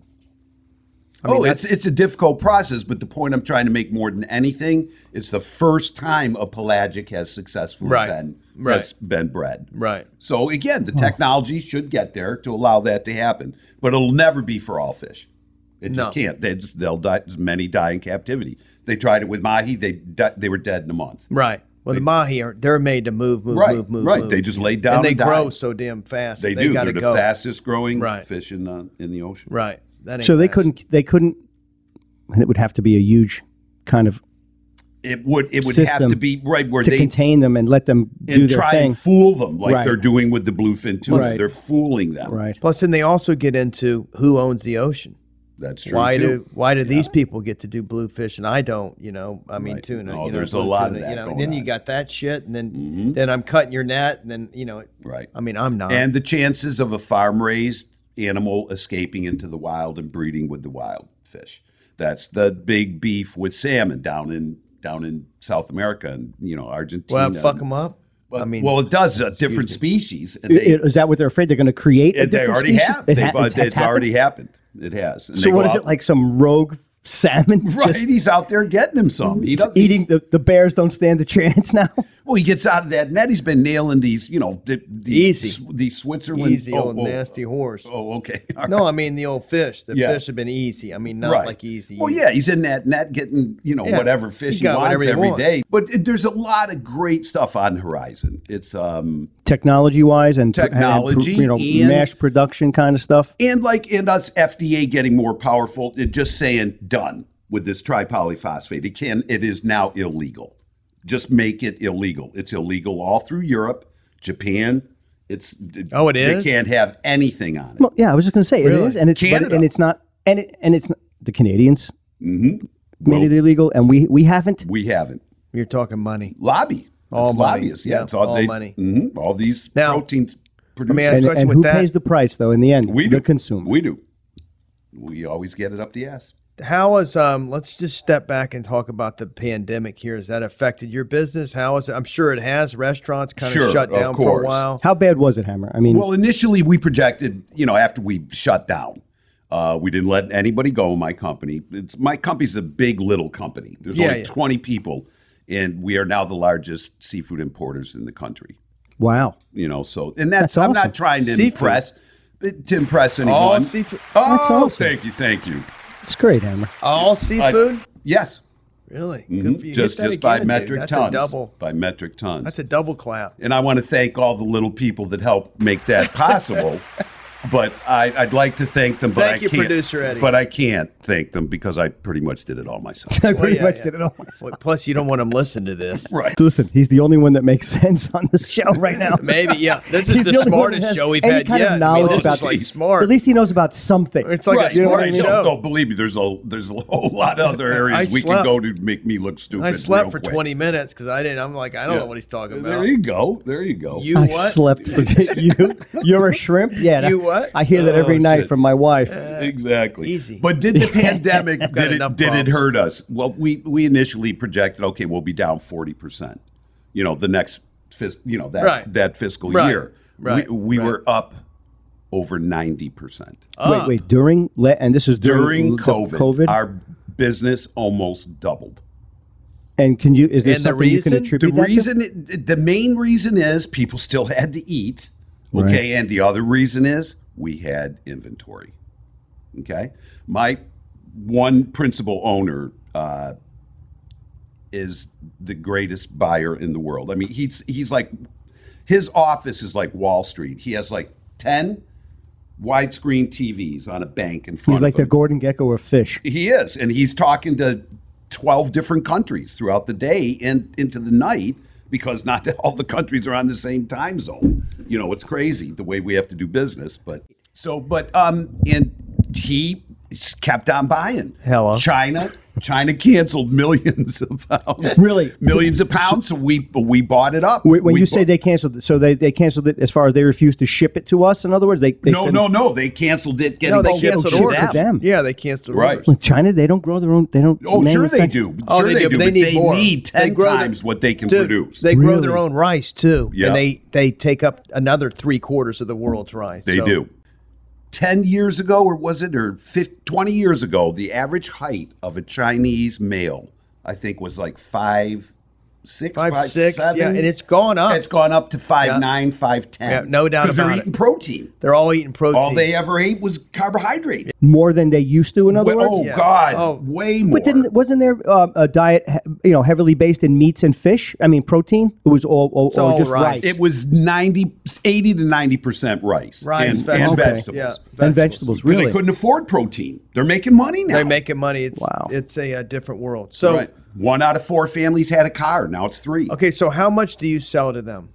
S2: I
S4: oh,
S2: mean,
S4: it's it's a difficult process, but the point I'm trying to make more than anything, it's the first time a pelagic has successfully
S2: Right,
S4: been
S2: right.
S4: has been bred.
S2: right.
S4: So again, the technology should get there to allow that to happen, but it'll never be for all fish. It just
S2: No.
S4: can't. They just, they'll die. Many die in captivity. They tried it with mahi. They di- they were dead in a month.
S2: Right. Well, the mahi are they're made to move, move,
S4: Right,
S2: move, move,
S4: right.
S2: move.
S4: They just lay down
S2: and they
S4: and die.
S2: grow so damn fast.
S4: They,
S2: They
S4: do.
S2: got
S4: They're
S2: to
S4: the
S2: go.
S4: fastest growing
S2: Right.
S4: fish in the in the ocean.
S2: Right. That ain't
S3: So they
S2: fast.
S3: couldn't. They couldn't. And it would have to be a huge kind of
S4: It would it would have
S3: System
S4: to be right where
S3: to
S4: they
S3: contain them and let them do
S4: and
S3: their
S4: try
S3: thing.
S4: and fool them like
S3: Right.
S4: they're doing with the bluefin tunas.
S3: Right.
S4: They're fooling them.
S3: right.
S2: Plus, then they also get into who owns the ocean.
S4: That's true.
S2: Why
S4: too.
S2: do why do these people get to do bluefish and I don't? You know, I mean
S4: Right.
S2: tuna.
S4: Oh,
S2: you know,
S4: there's a
S2: blue
S4: lot of
S2: tuna,
S4: that
S2: You know,
S4: going
S2: and then you
S4: on.
S2: got that shit, and then then I'm cutting your net, and then you know,
S4: Right.
S2: I mean, I'm not.
S4: and the chances of a farm raised animal escaping into the wild and breeding with the wild fish. That's the big beef with salmon down in down in South America and you know Argentina.
S2: well, fuck them up. I mean,
S4: well, it does a different species, and
S3: I-
S4: they,
S3: Is that what they're afraid they're going to create? a
S4: and they
S3: different
S4: already
S3: species?
S4: have.
S3: It
S4: They've,
S3: ha-
S4: uh,
S3: it's- it's
S4: it's already happened. It has. And
S3: So
S4: they
S3: what is
S4: go out-
S3: it like? Some rogue salmon
S4: *laughs* Right,
S3: just
S4: he's out there getting him some. He doesn't-
S3: eating the, the bears don't stand a *laughs* chance now.
S4: Well, he gets out of that net. He's been nailing these, you know, the, the,
S2: Easy.
S4: the Switzerland.
S2: easy
S4: oh,
S2: old
S4: oh,
S2: nasty horse.
S4: Oh, okay. *laughs* All right.
S2: No, I mean the old fish. The
S4: Yeah.
S2: fish have been easy. I mean, not like easy.
S4: Well, yeah, he's in that net getting you know
S2: Yeah.
S4: whatever fish
S2: He
S4: he,
S2: got
S4: wants
S2: whatever he
S4: every day.
S2: wants.
S4: But it- there's a lot of great stuff on the horizon. It's um
S3: Technology wise and and,
S4: Technology
S3: you know,
S4: and-
S3: mass production kind of stuff.
S4: and like and us FDA getting more powerful. It just saying done with this tripolyphosphate. It can. It is now illegal. Just make it illegal. It's illegal all through Europe, Japan. It's
S2: Oh, it
S4: They
S2: is?
S4: can't have anything on it.
S3: Well, yeah, I was just going to say it
S2: Really?
S3: is, and it's but-
S4: Canada.
S3: and it's not, and it and it's not, the Canadians
S4: Mm-hmm.
S3: made it illegal, and we we haven't.
S4: We haven't
S2: you're talking money.
S4: lobby.
S2: All
S4: it's
S2: money.
S4: lobbyists. Yeah,
S2: Yeah,
S4: it's all,
S2: all
S4: they,
S2: money.
S4: Mhm. all these
S2: Now,
S4: proteins produced.
S2: ask
S3: And,
S2: Especially
S3: and
S2: with
S3: who
S2: that-
S3: pays the price though? In the end,
S4: We
S3: the
S4: do.
S3: consumer.
S4: We do. We always get it up the ass.
S2: How is um? Let's just step back and talk about the pandemic here. Has that affected your business? How is it? I'm sure it has. Restaurants kind
S4: Sure,
S2: of shut
S4: of
S2: down for
S4: course.
S2: a while.
S3: How bad was it, Hammer? I mean,
S4: Well, initially we projected, you know, after we shut down, uh, we didn't let anybody go. in My company, it's my company's a big little company. There's
S2: Yeah,
S4: only
S2: yeah.
S4: 20 people, and we are now the largest seafood importers in the country.
S3: wow.
S4: You know, so and that's,
S3: That's
S4: I'm
S3: awesome.
S4: not trying to
S2: Seafood.
S4: impress uh, to impress anyone.
S2: All seafood.
S4: Oh,
S3: That's awesome.
S4: thank you, thank you.
S3: It's great, Hammer. *laughs*
S2: All seafood.
S4: Yes,
S2: really?
S4: Mhm.
S2: Good for you. Hit
S4: just
S2: that
S4: just by
S2: again, dude.
S4: metric
S2: That's
S4: tons.
S2: A double.
S4: By metric tons.
S2: That's a double
S4: *laughs*
S2: clap.
S4: and I want to thank all the little people that helped make
S2: *laughs*
S4: that possible. but I, I'd like to thank them. But
S2: Thank
S4: I
S2: you,
S4: can't,
S2: producer Eddie.
S4: But I can't thank them because I pretty much did it all
S2: *laughs*
S4: myself.
S3: I pretty
S2: yeah,
S3: much
S2: yeah.
S3: did it all.
S2: Well, Plus, you don't want them to listen to this.
S4: right.
S3: Listen, he's the only one that makes *laughs* sense on this show
S2: *laughs*
S3: right now.
S2: Maybe, yeah. This is
S3: He's
S2: the,
S3: the only one that
S2: smartest
S3: has
S2: show we've
S3: any
S2: had
S3: kind of
S2: yet.
S3: knowledge
S2: I mean, this
S4: about
S2: is like
S4: these.
S2: smart.
S3: At least he knows about something.
S2: it's like
S4: right.
S2: a smart
S4: right.
S2: show.
S4: No, no, believe me, there's a there's a whole lot
S2: *laughs*
S4: of other areas we
S2: slept-
S4: can go to make me look stupid.
S2: I slept
S4: real
S2: for
S4: quick.
S2: 20 minutes because I didn't. I'm like, I don't
S4: Yeah.
S2: know what he's talking about.
S4: There you go. There you go.
S2: You
S3: I
S2: what?
S3: slept
S2: *laughs*
S3: for *laughs* you. You're a shrimp. Yeah.
S2: You
S3: that-
S2: what?
S3: I hear that
S4: Oh,
S3: every night
S4: shit.
S3: from my wife.
S4: exactly
S2: Uh, Easy. *laughs*
S4: But did the pandemic did
S2: enough
S4: it did it
S2: problems.
S4: hurt us? Well, we we initially projected okay, we'll be down forty percent. You know, the next fis- you know that
S2: Right.
S4: that fiscal
S2: Right.
S4: year,
S2: Right.
S4: we, we were up over ninety percent
S2: uh.
S3: Wait, wait. During le- and this is during,
S4: during
S3: the
S4: COVID.
S3: COVID.
S4: Our business almost doubled.
S3: and can you? Is there
S2: And the
S3: something you
S2: reason-
S3: can
S4: The
S3: attribute that to?
S4: reason, it, the main reason is people still had to eat. Okay. And the other reason is we had inventory. Okay. My one principal owner uh, is the greatest buyer in the world. I mean, he's, he's like, his office is like Wall Street. He has like 10 widescreen TVs on a bank in front
S3: He's like
S4: of him.
S3: the Gordon Gecko of fish.
S4: He is, and he's talking to twelve different countries throughout the day and into the night because not *laughs* all the countries are on the same time zone. You know, it's crazy the way we have to do business. But so, but um, and he s- kept on buying.
S2: Hello.
S4: China. China canceled *laughs* millions of pounds.
S3: Really?
S4: millions of pounds. So we we bought it up.
S3: Wait, When
S4: We
S3: you say
S4: bought-
S3: they canceled, it, so they, they canceled it as far as they refused to ship it to us. In other words, they, they
S4: no,
S3: said,
S4: no, no, they canceled it. Getting
S2: No, they
S4: shipped to
S2: canceled
S3: ship
S2: orders.
S3: to them.
S2: Yeah, they canceled
S4: Right.
S2: orders.
S3: Well, China, they don't grow their own. They don't.
S4: Oh, sure they
S3: manufacture-
S4: do.
S2: Oh,
S4: sure
S2: they, do, but they need more. They
S4: ten
S2: grow their-
S4: times what they can
S2: Dude,
S4: produce.
S2: They grow their
S3: Really?
S2: own rice too,
S4: Yeah.
S2: and they they take up another three quarters of the world's rice.
S4: They
S2: So-
S4: do. 10 years ago, or was it, or 50, 20 years ago, the average height of a Chinese male, I think, was like five, six,
S2: Five,
S4: five,
S2: six,
S4: seven.
S2: yeah, and it's gone up.
S4: It's gone up to five nine, five ten.
S2: Yeah, no doubt
S4: Because they're
S2: about it.
S4: eating protein.
S2: They're all eating protein.
S4: All they ever ate was carbohydrate.
S3: more than they used to. In other
S4: Wa-
S3: words,
S4: oh
S2: Yeah.
S4: God,
S2: Oh.
S4: way more.
S3: But didn't wasn't there um, a diet he- you know heavily based in meats and fish? I mean protein. It was all, all, or
S2: all
S3: just
S2: rice.
S3: rice,
S4: it was 90, 80 to ninety percent rice,
S2: rice
S4: and,
S2: vegetables.
S4: and
S3: Okay.
S4: vegetables.
S2: Yeah,
S3: 'Cause and vegetables.
S4: 'Cause
S3: Really?
S4: They couldn't afford protein. They're making money now.
S2: They're making money. It's
S3: Wow.
S2: it's a, uh different world. So
S4: Right. One out of four families had a car. Now it's three.
S2: okay, so how much do you sell to them?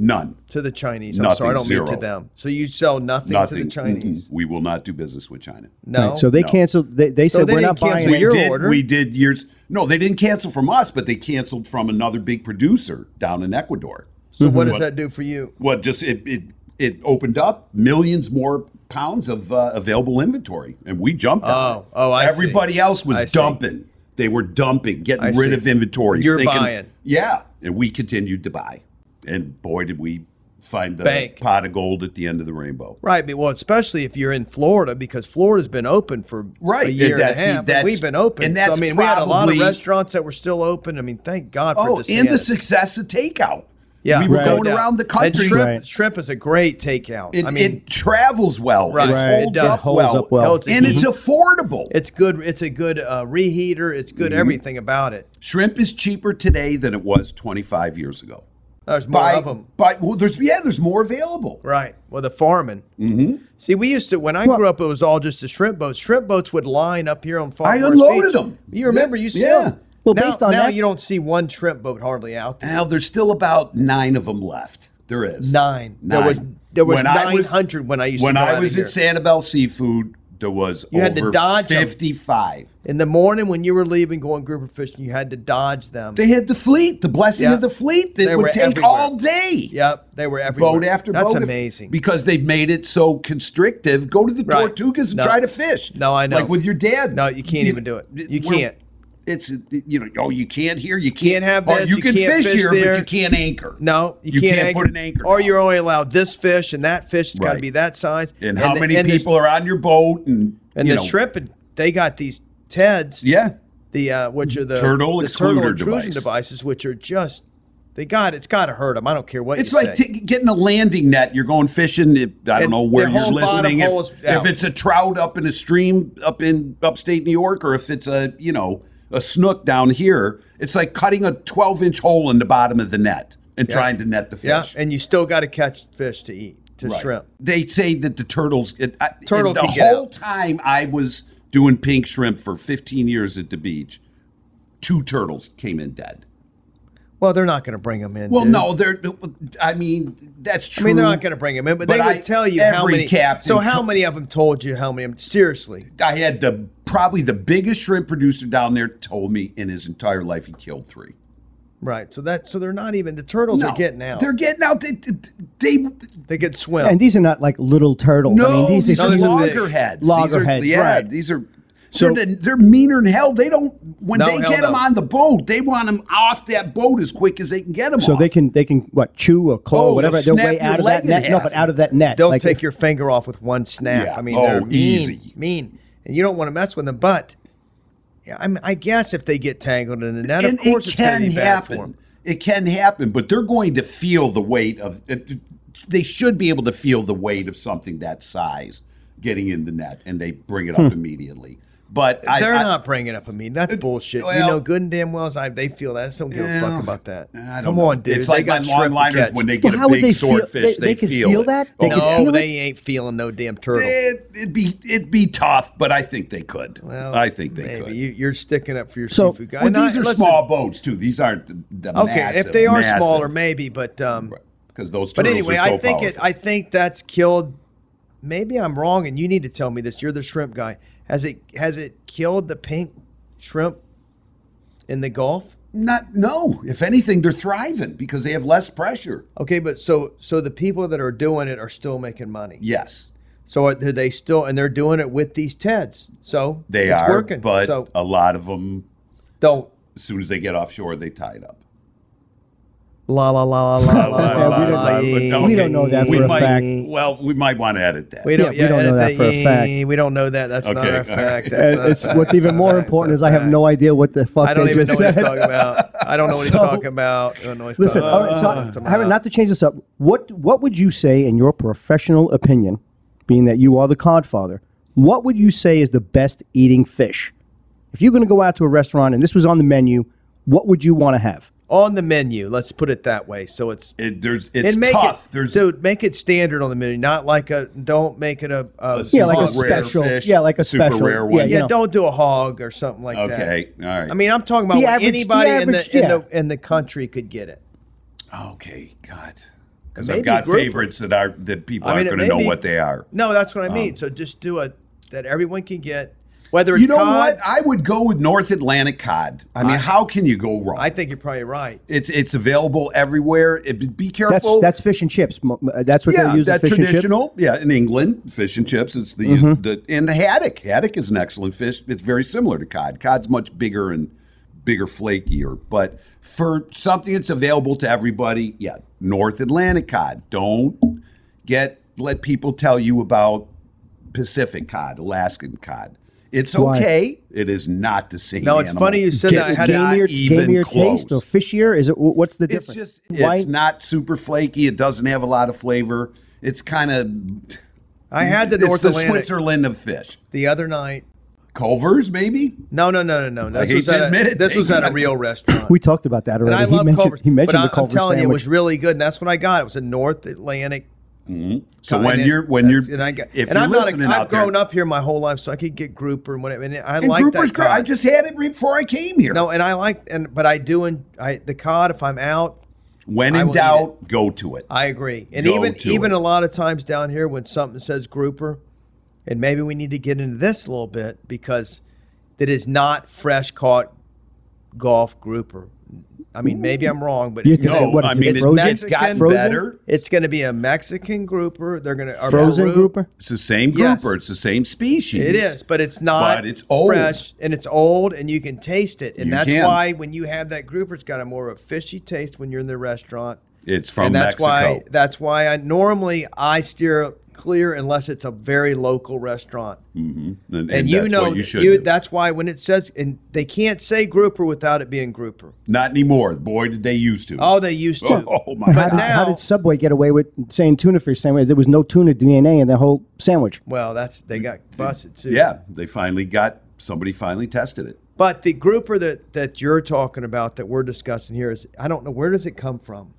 S4: None.
S2: to the Chinese. I'm
S4: Nothing,
S2: sorry, I don't mean
S4: zero.
S2: to them. So you sell nothing,
S4: Nothing.
S2: to the Chinese.
S4: Mm-mm. We will not do business with China.
S2: No.
S3: so they
S4: no.
S3: canceled. They, they
S2: So
S3: said
S2: they
S3: we're
S2: didn't
S3: not
S2: cancel
S3: buying.
S4: we
S2: your
S4: did,
S2: order.
S4: We did years. No, they didn't cancel from us, but they canceled from another big producer down in Ecuador.
S2: so what
S3: Mm-hmm.
S2: does
S4: What-
S2: that do for you?
S4: What just it it, it opened up millions more pounds of uh, available inventory, and we jumped. on
S2: Oh,
S4: it.
S2: oh, I see.
S4: Everybody else was
S2: I see.
S4: dumping. They were dumping, getting
S2: I
S4: rid
S2: see.
S4: of inventories.
S2: You're
S4: thinking-
S2: buying.
S4: Yeah, and we continued to buy, and boy, did we find the
S2: Bank.
S4: pot of gold at the end of the rainbow.
S2: Right, but well, especially if you're in Florida, because Florida's been open for
S4: Right,
S2: a
S4: and
S2: year and,
S4: that's-
S2: a half.
S4: that's-
S2: and we've been open,
S4: and
S2: So, I
S4: that's
S2: mean, we had a lot of
S4: probably-
S2: restaurants that were still open. I mean, thank God for
S4: Oh,
S2: this.
S4: and the success of takeout.
S2: yeah,
S4: we were
S2: no
S4: going
S2: doubt.
S4: around the
S2: And
S4: country.
S2: shrimp,
S3: Right.
S2: shrimp is a great takeout.
S4: It,
S2: I mean,
S4: it travels well.
S2: Right. Right.
S4: It
S2: It
S4: holds,
S2: does.
S4: up,
S3: Holds
S4: well.
S3: up well.
S2: Holds Mm-hmm. it.
S4: And it's affordable.
S2: it's good. It's a good uh, reheater. It's good
S4: Mm-hmm.
S2: everything about it.
S4: Shrimp is cheaper today than it was 25 years ago.
S2: There's more
S4: By,
S2: of them.
S4: by well, there's yeah, there's more available.
S2: Right. Well, the farming. Mm-hmm. See, we used to when I grew up, it was all just the shrimp boats. Shrimp boats would line up here on farm.
S4: I
S2: Worth
S4: unloaded
S2: Beach.
S4: them.
S2: You remember? You
S4: Yeah.
S2: see 'em?
S4: Yeah.
S3: Well,
S2: Now-
S3: based on
S2: now
S3: that-
S2: you don't see one shrimp boat hardly out there.
S4: Now there's still about nine of them left. There is
S2: Nine.
S4: Nine.
S2: There was there was
S4: When I
S2: nine
S4: was-
S2: hundred when I used
S4: When
S2: to go
S4: I
S2: out
S4: was
S2: of
S4: at
S2: here.
S4: Sanibel Seafood, there was
S2: You had to
S4: over
S2: dodge 'em.
S4: 55.
S2: in the morning when you were leaving going grouper fishing, you had to dodge them.
S4: They had the fleet, the blessing
S2: Yeah.
S4: of the fleet that
S2: They were
S4: would take
S2: everywhere.
S4: all day.
S2: yep, they were everywhere.
S4: boat after
S2: That's
S4: boat.
S2: amazing.
S4: Because they've made it so constrictive. Go to the
S2: Right.
S4: Tortugas and
S2: No.
S4: try to fish.
S2: No, I know.
S4: Like with your dad.
S2: No, you can't even do it. You
S4: we're-
S2: can't.
S4: It's you know oh you can't here you
S2: Can't
S4: can't,
S2: have
S4: or
S2: this,
S4: you,
S2: you
S4: can
S2: can't
S4: fish,
S2: fish
S4: here but
S2: there.
S4: you can't anchor
S2: no, you,
S4: you can't,
S2: anchor,
S4: put an anchor
S2: Or
S4: down.
S2: you're only allowed this fish and that fish has got
S4: Right.
S2: to be that size.
S4: and, how
S2: the-
S4: many
S2: and the-
S4: people are on your boat and
S2: and
S4: you
S2: the
S4: know,
S2: shrimp and they got these teds
S4: yeah
S2: the uh which are the
S4: Turtle
S2: the
S4: excluder device.
S2: devices which are just they got it's got to hurt them i don't care what
S4: it's
S2: you
S4: like
S2: say.
S4: t- getting a landing net you're going fishing if, I don't
S2: And
S4: know where
S2: the
S4: you're
S2: whole bottom
S4: listening if,
S2: hole is
S4: if
S2: out.
S4: it's a trout up in a stream up in upstate New York or if it's a you know a snook down here it's like cutting a 12 inch hole in the bottom of the net and trying to net the fish
S2: yeah and you still got to catch fish to eat to
S4: Right.
S2: shrimp
S4: They say that the turtles. It, I,
S2: Turtle
S4: The
S2: can get
S4: whole
S2: out.
S4: time I was doing pink shrimp for 15 years at the beach, two turtles came in dead.
S2: well they're not going to bring them in
S4: Well,
S2: dude.
S4: no, they're. I mean, that's
S2: I
S4: true.
S2: mean, they're not going to bring them in, but, they
S4: But
S2: would
S4: I-
S2: tell you how
S4: every
S2: many.
S4: captain
S2: so, how
S4: to-
S2: many of them told you how many? of 'em- Seriously,
S4: I had the probably the biggest shrimp producer down there told me in his entire life he killed three.
S2: right? So that so they're not even the turtles
S4: No,
S2: are getting out.
S4: They're getting out. They, they, they-
S2: they could swim.
S3: And these are not like little turtles.
S4: no,
S3: I mean, these,
S4: these
S3: are
S4: are
S3: huge-
S4: loggerheads. These are-
S3: Loggerheads,
S4: yeah,
S3: right.
S4: these are.
S3: So-
S4: they're, the- they're meaner than hell. They don't. When
S2: No,
S4: they
S2: hell
S4: get them
S2: no.
S4: on the boat, they want them off that boat as quick as they can get them.
S3: So they can they can what chew or claw
S4: Oh,
S3: or whatever.
S4: they'll
S3: They're way
S4: snap your
S3: out of that
S4: leg in
S3: net. No,
S4: half.
S3: but out of that net.
S2: They'll
S3: Like,
S2: take
S3: if-
S2: your finger off with one snap.
S4: Yeah.
S2: I mean,
S4: Oh,
S2: they're mean,
S4: easy.
S2: mean, and you don't want to mess with them. But yeah, I, mean, I guess if they get tangled in the net,
S4: and
S2: of course
S4: it
S2: it's going
S4: can
S2: to be bad
S4: happen.
S2: for them.
S4: It can happen, but they're going to feel the weight of. It, they should be able to feel the weight of something that size getting in the net, and they bring it up
S3: Hmm.
S4: immediately. But I,
S2: They're
S4: I,
S2: not bringing up a mean. That's bullshit. you
S4: well-
S2: know, good and damn well as I, they feel that. I don't give a
S4: Well,
S2: fuck about that.
S4: I don't
S2: Come
S4: know.
S2: on, dude.
S4: It's
S2: They
S4: like my
S2: got
S4: long
S2: shrimp to
S4: liners
S2: catch.
S4: when they get
S3: Well,
S4: a
S3: how would
S4: big
S3: they feel-
S4: swordfish.
S3: they- they could
S4: feel,
S3: feel
S4: it.
S3: that? They
S4: Oh,
S3: could
S4: yeah.
S2: No,
S3: feel
S2: they
S3: it?
S2: ain't feeling no damn turtle.
S4: It, it'd be it'd be tough, but I think they could.
S2: Well,
S4: I think they
S2: maybe
S4: could.
S2: You, you're sticking up for your
S3: So-
S2: seafood guy.
S4: well,
S2: And I-
S4: these are
S2: listen,
S4: small boats too. These aren't the, the
S2: Okay,
S4: massive.
S2: if they are smaller, maybe, but um,
S4: because those turtles
S2: But anyway,
S4: are so
S2: I think
S4: powerful.
S2: it. I think that's killed. Maybe I'm wrong, and you need to tell me this. You're the shrimp guy. Has it has it killed the pink shrimp in the Gulf?
S4: Not no. If anything, they're thriving because they have less pressure.
S2: Okay, but so so the people that are doing it are still making money.
S4: Yes,
S2: So are are they still and they're doing it with these teds. So
S4: they
S2: it's
S4: are.
S2: working.
S4: But
S2: so
S4: a lot of them,
S2: don't
S4: as soon as they get offshore, they tie it up.
S2: la la la la la la.
S4: *laughs* la,
S2: la,
S4: la,
S2: la,
S4: la,
S2: yeah.
S4: but
S3: we don't know that
S4: We
S3: for a
S4: might,
S3: fact.
S4: Well, we might want to edit that.
S2: We don't,
S3: Yeah, we don't know that for a fact.
S2: We don't know that. That's
S4: Okay,
S2: not
S4: *laughs* all
S2: a fact.
S4: right.
S2: That's
S3: And
S2: not a
S3: uh, it's
S2: fact.
S3: what's even
S2: It's not a
S3: more
S2: fact.
S3: important
S2: It's
S3: is
S2: not
S3: I
S2: a
S3: have
S2: fact.
S3: no idea what the fuck
S2: I don't
S3: they
S2: even know
S3: just
S2: what he's
S3: said.
S2: talking about. I don't know what
S3: *laughs* So-
S2: he's talking about. I don't know what he's
S3: *laughs* Listen,
S2: talking
S3: all right,
S2: about.
S3: so Hiram, not to change this up. What what would you say, in your professional opinion, being that you are the codfather, what would you say is the best eating fish? If you're going to go out to a restaurant and this was on the menu, what would you want to have?
S2: on the menu. Let's put it that way. So it's
S4: It, there's, it's
S2: and make
S4: tough.
S2: It,
S4: there's
S2: dude, make it standard on the menu. Not like a don't make it a, a,
S4: super
S3: Yeah, like a
S4: rare
S3: special-
S4: fish,
S3: yeah, like a
S4: super
S3: special-
S4: rare one.
S3: yeah, you
S2: yeah.
S3: know.
S2: Don't do a hog or something like that.
S4: Okay, all right.
S2: I mean, I'm talking about
S3: The
S2: when
S3: average- the
S2: anybody in
S3: average,
S2: the in
S3: yeah.
S2: the in the country could get it.
S4: okay, God, because
S2: maybe
S4: I've got
S2: group-
S4: favorites that are that people
S2: I mean, it
S4: aren't going
S2: may
S4: to know
S2: be-
S4: what they are. Um,
S2: No, that's what I mean. so just do a that everyone can get, whether it's
S4: You know
S2: cod,
S4: what? I would go with North Atlantic cod. I mean, how can you go wrong?
S2: I think you're probably right.
S4: it's it's available everywhere. It, be
S3: That's
S4: careful.
S3: that's fish and chips. Mo- uh, That's what
S4: yeah,
S3: they use.
S4: that
S3: fish and chips. Mm-hmm.
S4: traditional. Yeah, in England, fish and chips. It's the the and the haddock. Haddock is an excellent fish. It's very similar to cod. Cod's much bigger and bigger, flakier. But for something that's available to everybody, yeah, North Atlantic cod. Don't get let people tell you about Pacific cod, Alaskan cod. It's
S3: Why?
S4: okay. It is not the same.
S2: No, it's
S4: animal.
S2: funny you said that. I
S3: It's
S2: had
S4: not
S3: gamier,
S4: even
S3: gamier
S4: close.
S3: taste or fishier? Is it? wh- What's the difference?
S4: It's just
S3: Why-
S4: it's not super flaky. It doesn't have a lot of flavor. It's kind of
S2: I had the
S4: it's
S2: North
S4: the
S2: Atlantic
S4: Switzerland of fish.
S2: the other night.
S4: Culver's maybe.
S2: No, no, no, no, no.
S4: I
S2: This
S4: hate
S2: was
S4: to
S2: at
S4: admit
S2: a,
S4: it,
S2: this was
S4: Dave.
S2: at a real restaurant.
S3: we talked about that
S2: and
S3: already.
S2: I
S3: he
S2: love
S3: mentioned
S2: Culver's.
S3: he mentioned
S2: but
S3: the
S2: I, am
S3: Culver's
S2: telling
S3: sandwich.
S2: you, it was really good, and that's what I got. It was a North Atlantic.
S4: So
S2: kind
S4: when
S2: of-
S4: you're when you're
S2: that's- and I got,
S4: if
S2: and
S4: you're
S2: I'm not.
S4: listening
S2: A, I've
S4: out there,
S2: grown up here my whole life, so I could get grouper and whatever. And I
S4: and
S2: like
S4: grouper's
S2: that.
S4: great. I
S2: cod.
S4: just had it right before I came here.
S2: no, and I like and but I do and I the cod. If I'm out,
S4: when
S2: I
S4: in
S2: will eat
S4: doubt, go to it.
S2: I agree. And
S4: Go
S2: even
S4: to
S2: even
S4: it.
S2: a lot of times down here when something says grouper, and maybe we need to get into this a little bit because that is not fresh caught golf grouper. I mean, maybe I'm wrong, but
S3: You
S2: it's
S3: think
S2: gonna,
S4: no,
S3: what is
S4: I
S3: it,
S4: mean it's,
S3: frozen?
S4: it's got
S2: Frozen?
S4: better.
S2: it's going to be a Mexican grouper. They're going to
S3: frozen
S2: Peru.
S3: grouper.
S4: It's the same
S2: Yes.
S4: grouper. It's the same species.
S2: It is, but it's not.
S4: But it's old.
S2: fresh, and it's old, and you can taste it, and
S4: You
S2: that's
S4: can.
S2: why when you have that grouper, it's got a more of a fishy taste when you're in the restaurant.
S4: It's from
S2: and that's
S4: Mexico.
S2: why that's why I normally I steer clear unless it's a very local restaurant.
S4: and, and
S2: And, you
S4: that's
S2: know
S4: what you
S2: that
S4: should.
S2: you-
S4: do.
S2: that's why when it says and they can't say grouper without it being grouper.
S4: Not anymore. Boy, did they used to.
S2: Oh, they used to.
S4: *laughs* Oh, my
S3: How
S4: God.
S3: did, how
S2: now-
S3: did Subway get away with saying tuna fish sandwich? There was no tuna DNA in their whole sandwich.
S2: Well, that's they got busted too.
S4: Yeah, they finally got somebody finally tested it.
S2: But the grouper that that you're talking about that we're discussing here is I don't know where does it come from?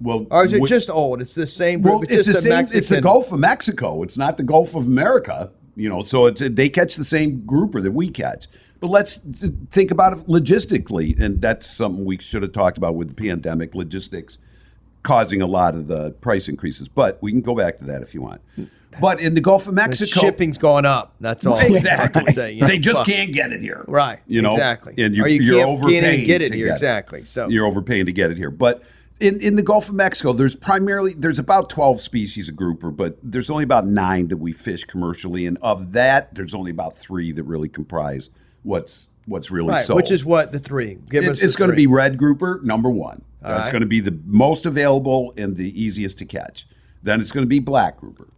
S4: Well,
S2: Or is it
S4: wh-
S2: just old? It's the same group.
S4: well, it's, the
S2: just a
S4: same. It's the
S2: Mexican-
S4: Gulf of Mexico. It's not the Gulf of America. You know, so it's they catch the same grouper that we catch. But let's th- think about it logistically, and that's something we should have talked about with the pandemic logistics causing a lot of the price increases. But we can go back to that if you want. But in the Gulf of
S2: The
S4: Mexico,
S2: shipping's gone up. That's all. I can
S4: exactly.
S2: say, you know,
S4: *laughs* they just
S2: fuck.
S4: can't get it here,
S2: Right.
S4: You know
S2: exactly.
S4: and you,
S2: Or
S4: you are
S2: can't- can't
S4: overpaying
S2: even get it
S4: to
S2: here.
S4: get
S2: exactly. So
S4: you're overpaying to get it here. But in, in the Gulf of Mexico, there's primarily there's about 12 species of grouper, but there's only about nine that we fish commercially, and of that, there's only about three that really comprise what's what's really
S2: right,
S4: sold.
S2: which is what the three. Give us.
S4: it's,
S2: the
S4: going to
S2: three.
S4: be red grouper number one. That's
S2: right.
S4: going to be the most available and the easiest to catch. Then it's going to be black grouper.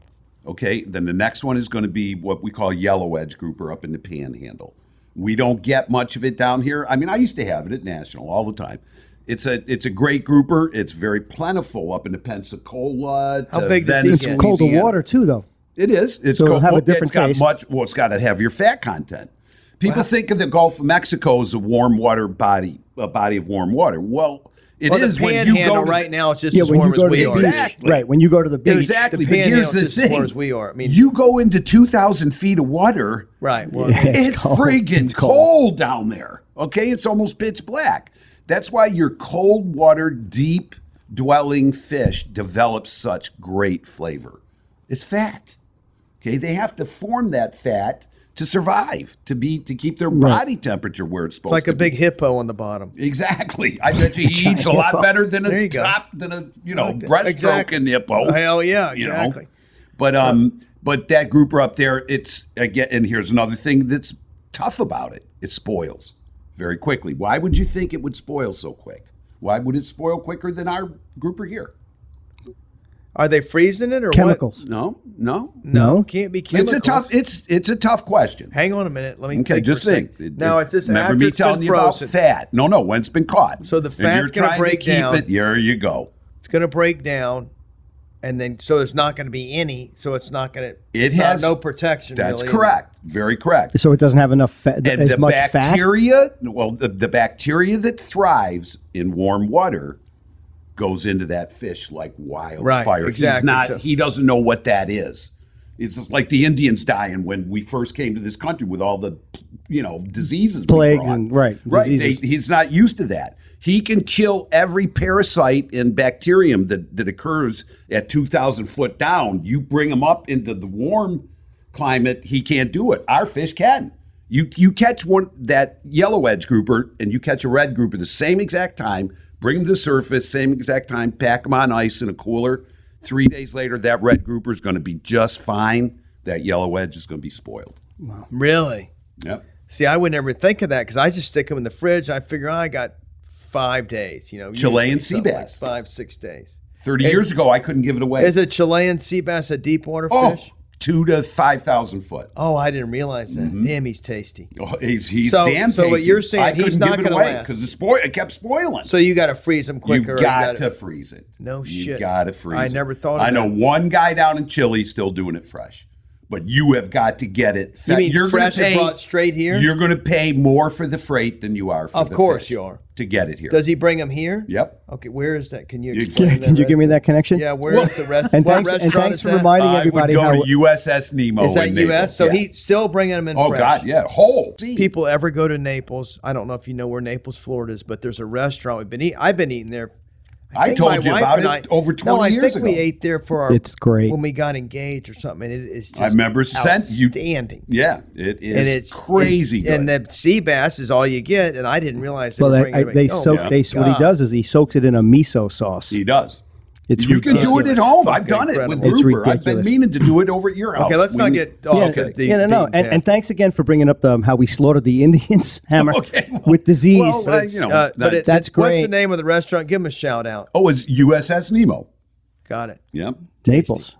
S4: Okay. Then the next one is going to be what we call yellow edge grouper up in the panhandle. We don't get much of it down here. I mean, I used to have it at National all the time. It's a it's a great grouper. It's very plentiful up in the Pensacola. To
S2: How big does he
S4: Venice,
S2: get? Yeah.
S3: It's colder
S4: Louisiana.
S3: water too, though.
S4: It is. It's
S3: So it'll have a
S4: well,
S3: different
S4: it's got
S3: taste.
S4: much. Well, it's got to have your fat content. People think of the Gulf of Mexico as a warm water body, a body of warm water. Well, it is
S2: Well, the
S4: when you go
S2: panhandle
S4: to-
S2: right now is just
S3: Yeah,
S2: as
S3: when you
S2: warm as
S3: go to
S2: we
S3: the
S2: are.
S3: beach,
S4: Exactly.
S3: right? When you go to the beach,
S4: Exactly.
S2: The
S4: But here's
S2: panhandle's
S4: the
S2: just as warm
S4: thing:
S2: as we are. I mean-
S4: you go into two thousand feet of water.
S2: Right. Well,
S4: It's,
S3: cold.
S4: freaking
S3: It's
S4: cold.
S3: cold.
S4: down there. Okay, it's almost pitch black. That's why your cold water, deep dwelling fish develops such great flavor. It's fat. Okay, they have to form that fat to survive, to be to keep their body temperature where it's supposed
S2: it's like
S4: to
S2: a
S4: be.
S2: big hippo on the bottom.
S4: Exactly.
S2: *laughs*
S4: I bet you he eats a lot better than
S2: There
S4: a
S2: you go.
S4: top than a you know breaststroke
S2: Exactly.
S4: and hippo.
S2: Hell yeah,
S4: you know?
S2: exactly.
S4: But um, but that grouper up there, it's again. And here's another thing that's tough about it: it spoils very quickly. Why would you think it would spoil so quick? Why would it spoil quicker than our grouper here?
S2: Are they freezing it or what?
S3: chemicals.
S4: No, no.
S3: No,
S2: Can't be chemicals.
S4: It's a tough. It's it's a tough question.
S2: Hang on a minute. Let me.
S4: Okay,
S2: think
S4: just
S2: for a sec.
S4: think. It-
S2: Now
S4: it-
S2: it's just
S4: remember
S2: after
S4: me
S2: it's
S4: telling
S2: been
S4: you
S2: frozen.
S4: about fat. No, no. When it's been caught,
S2: So the
S4: If you're
S2: fat's gonna
S4: trying
S2: break
S4: keep
S2: down.
S4: It, here you go.
S2: It's going to break down, and then so there's not going to be any. So it's not going to.
S4: It
S2: it's
S4: has-
S2: not, no protection.
S4: That's
S2: really.
S4: correct. Very correct.
S3: so it doesn't have enough fat,
S4: and
S3: as
S4: the
S3: much fat.
S4: bacteria well the, the bacteria that thrives in warm water goes into that fish like wildfire
S2: Right,
S4: He's
S2: exactly.
S4: not
S2: So-
S4: he doesn't know what that is It's just like the Indians dying when we first came to this country with all the, you know, diseases, we
S3: Plagues
S4: brought.
S3: and- right,
S4: right. They,
S3: diseases.
S4: he's not used to that. He can kill every parasite and bacterium that that occurs at two thousand foot down. You bring him up into the warm climate, he can't do it. Our fish can. You you catch one that yellow edge grouper and you catch a red grouper the same exact time. Bring them to the surface, same exact time. Pack them on ice in a cooler. Three days later, that red grouper is going to be just fine. That yellow edge is going to be spoiled.
S2: Really?
S4: Yep.
S2: See, I would never think of that because I just stick them in the fridge. I figure oh, I got five days. You know,
S4: Chilean
S2: usually
S4: sea
S2: something
S4: bass.
S2: like five six days.
S4: Thirty
S2: Is-
S4: years ago, I couldn't give it away.
S2: Is a Chilean sea bass a deep water
S4: Oh,
S2: fish?
S4: two to five thousand foot.
S2: Oh, I didn't realize that.
S4: Mm-hmm.
S2: Damn, he's tasty.
S4: Oh, he's he's
S2: So-
S4: damn.
S2: so what
S4: tasty.
S2: you're saying,
S4: I
S2: he's
S4: couldn't
S2: not
S4: give it
S2: gonna
S4: away
S2: last.
S4: because it spoil. It kept spoiling.
S2: So you got to freeze them
S4: you
S2: quicker. or
S4: got,
S2: you gotta-
S4: to freeze it.
S2: No
S4: you
S2: shit.
S4: got to freeze.
S2: I
S4: it.
S2: never thought of
S4: I know
S2: that.
S4: one guy down in Chile still doing it fresh, but you have got to get it. fe-
S2: You mean
S4: you're gonna
S2: fresh and
S4: pay-
S2: brought straight here?
S4: You're going to pay more for the freight than you are for
S2: Of
S4: the
S2: course
S4: fish
S2: you are.
S4: to get it here.
S2: Does he bring them here?
S4: yep.
S2: Okay, where is that? Can you
S4: You-
S2: explain
S4: Can
S2: that
S3: Can you give me
S2: restaurant?
S3: that connection?
S2: Yeah, where is
S4: Well- *laughs*
S2: the rest?
S3: And
S2: what
S3: thanks, and
S2: restaurant
S3: thanks
S2: is
S3: for
S2: that? Oh,
S3: reminding
S4: I would
S3: everybody
S4: go
S3: how
S4: to USS Nemo.
S2: Is that
S4: in Naples.
S2: U.S.? So
S4: Yeah.
S2: he's still bringing them in.
S4: Oh
S2: fresh.
S4: God, yeah, whole. sea.
S2: People ever go to Naples? I don't know if you know where Naples, Florida is, but there's a restaurant we've been eating. I've been eating there.
S4: I
S2: think my
S4: told you
S2: wife
S4: about
S2: and
S4: it
S2: I-
S4: over
S2: no, I
S4: twenty years
S2: think
S4: ago.
S2: we ate there for our.
S3: It's great.
S2: when we got engaged or something. It is just.
S4: I remember since you-
S2: outstanding.
S4: Yeah, it is
S2: and it's
S4: crazy
S2: and-
S4: good.
S2: And, the sea bass is all you get, and I didn't realize. They
S3: Well,
S2: were
S3: they,
S2: bringing
S3: I,
S2: them in.
S3: they
S2: Oh,
S3: soak.
S2: my
S3: They what he
S2: God.
S3: does is he soaks it in a miso sauce.
S4: he does.
S3: It's
S4: you can do it at
S2: ridiculous.
S4: home. I've done it
S2: Fucking
S4: with
S3: incredible. It's
S4: Rupert. I've been
S3: ridiculous.
S4: meaning to do it over at your house.
S2: Okay, let's
S4: We-
S2: not get. Oh,
S3: Yeah,
S2: okay,
S3: yeah, no, no.
S2: deep
S3: And,
S2: down.
S3: and thanks again for bringing up the how we slaughtered the Indians *laughs* hammer
S4: Okay, well-
S3: with disease.
S4: Well, uh, you know,
S2: Uh, but
S4: that-
S2: it's,
S3: That's
S2: What's the
S3: great.
S2: name of the restaurant? Give them a shout out.
S4: oh, it's USS Nemo.
S2: Got it.
S4: Yep.
S3: Naples,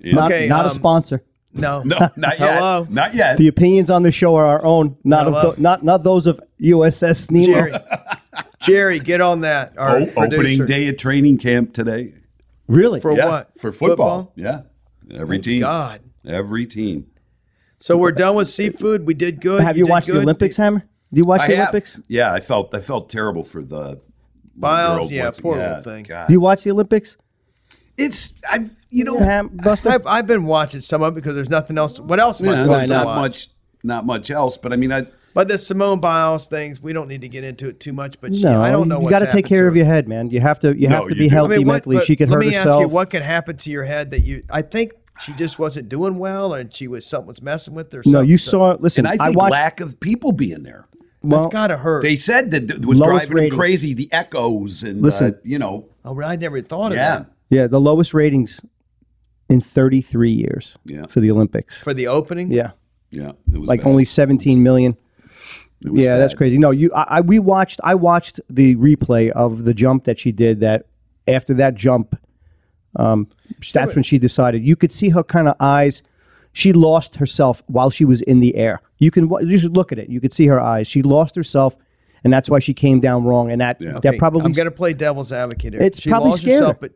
S4: Yeah.
S3: not,
S2: Okay,
S3: not a
S2: um,
S3: sponsor.
S2: No,
S4: *laughs* No,
S2: *laughs*
S4: not yet.
S2: Hello?
S4: Not yet.
S3: The opinions on the show are our own, not of
S2: Hello?
S3: tho- not not those of USS Nemo.
S4: *laughs*
S2: Jerry. Jerry, get on that. Our
S4: Oh,
S2: producer.
S4: opening day at training camp today.
S3: Really?
S2: for
S4: Yeah,
S2: what?
S4: for football. Yeah, every team.
S2: God.
S4: Every team.
S2: So we're done with seafood. We did good.
S3: Have you,
S2: did
S3: watched the
S2: good.
S3: Olympics, Hammer? Do you watch
S4: I
S3: the
S4: have-
S3: Olympics?
S4: Yeah, I felt I felt terrible for the
S2: Miles,
S4: girl
S2: yeah,
S4: once-
S2: poor little thing.
S4: God.
S3: Do you watch the Olympics?
S4: It's I. You
S2: Oh,
S4: know,
S3: Ham, Buster?
S2: I've, I've been watching some of it because there's nothing else. What else am I
S4: yeah,
S2: supposed
S4: there's
S2: to
S4: not
S2: watch?
S4: much, not much else. But I mean, I.
S2: But the Simone Biles things, we don't need to get into it too much. But she,
S3: no,
S2: I don't know.
S3: You
S2: what's
S3: got to
S2: happened
S3: take care
S2: to
S3: of
S2: her.
S3: your head, man. You have to. You have to
S4: you
S3: be
S4: do.
S3: healthy
S2: I mean, what-
S3: mentally.
S2: but
S3: she could
S2: let
S3: hurt
S2: me
S3: herself.
S2: ask you, what could happen to your head that you? I think she just wasn't doing well, and she was something was messing with her. or
S3: no,
S2: something,
S3: you
S2: so
S3: saw. Listen,
S4: And I
S3: I
S4: think
S3: watched.
S4: lack of people being there.
S3: well,
S2: That's gotta hurt.
S4: They said that it was
S3: Lowest
S4: driving
S3: ratings.
S4: him crazy. The echoes and
S3: Listen.
S4: uh, you know,
S2: oh, I never thought of
S4: yeah,
S2: that
S3: yeah, the lowest ratings in 33 years
S4: Yeah.
S3: for the Olympics.
S2: for the opening.
S3: Yeah,
S4: yeah. It was
S3: like
S4: bad.
S3: only 17 million.
S4: It was
S3: Yeah, that's
S4: bad.
S3: crazy. No, you. I, I we watched. I watched the replay of the jump that she did. That after that jump, um, that's when she decided. You could see her kind of eyes. She lost herself while she was in the air. You can wa- you should look at it. You could see her eyes. She lost herself, and that's why she came down wrong. And that that
S2: Okay,
S3: probably
S2: I'm gonna play devil's advocate here.
S3: It's
S2: she
S3: probably
S2: lost
S3: scared
S2: herself,
S3: her.
S2: but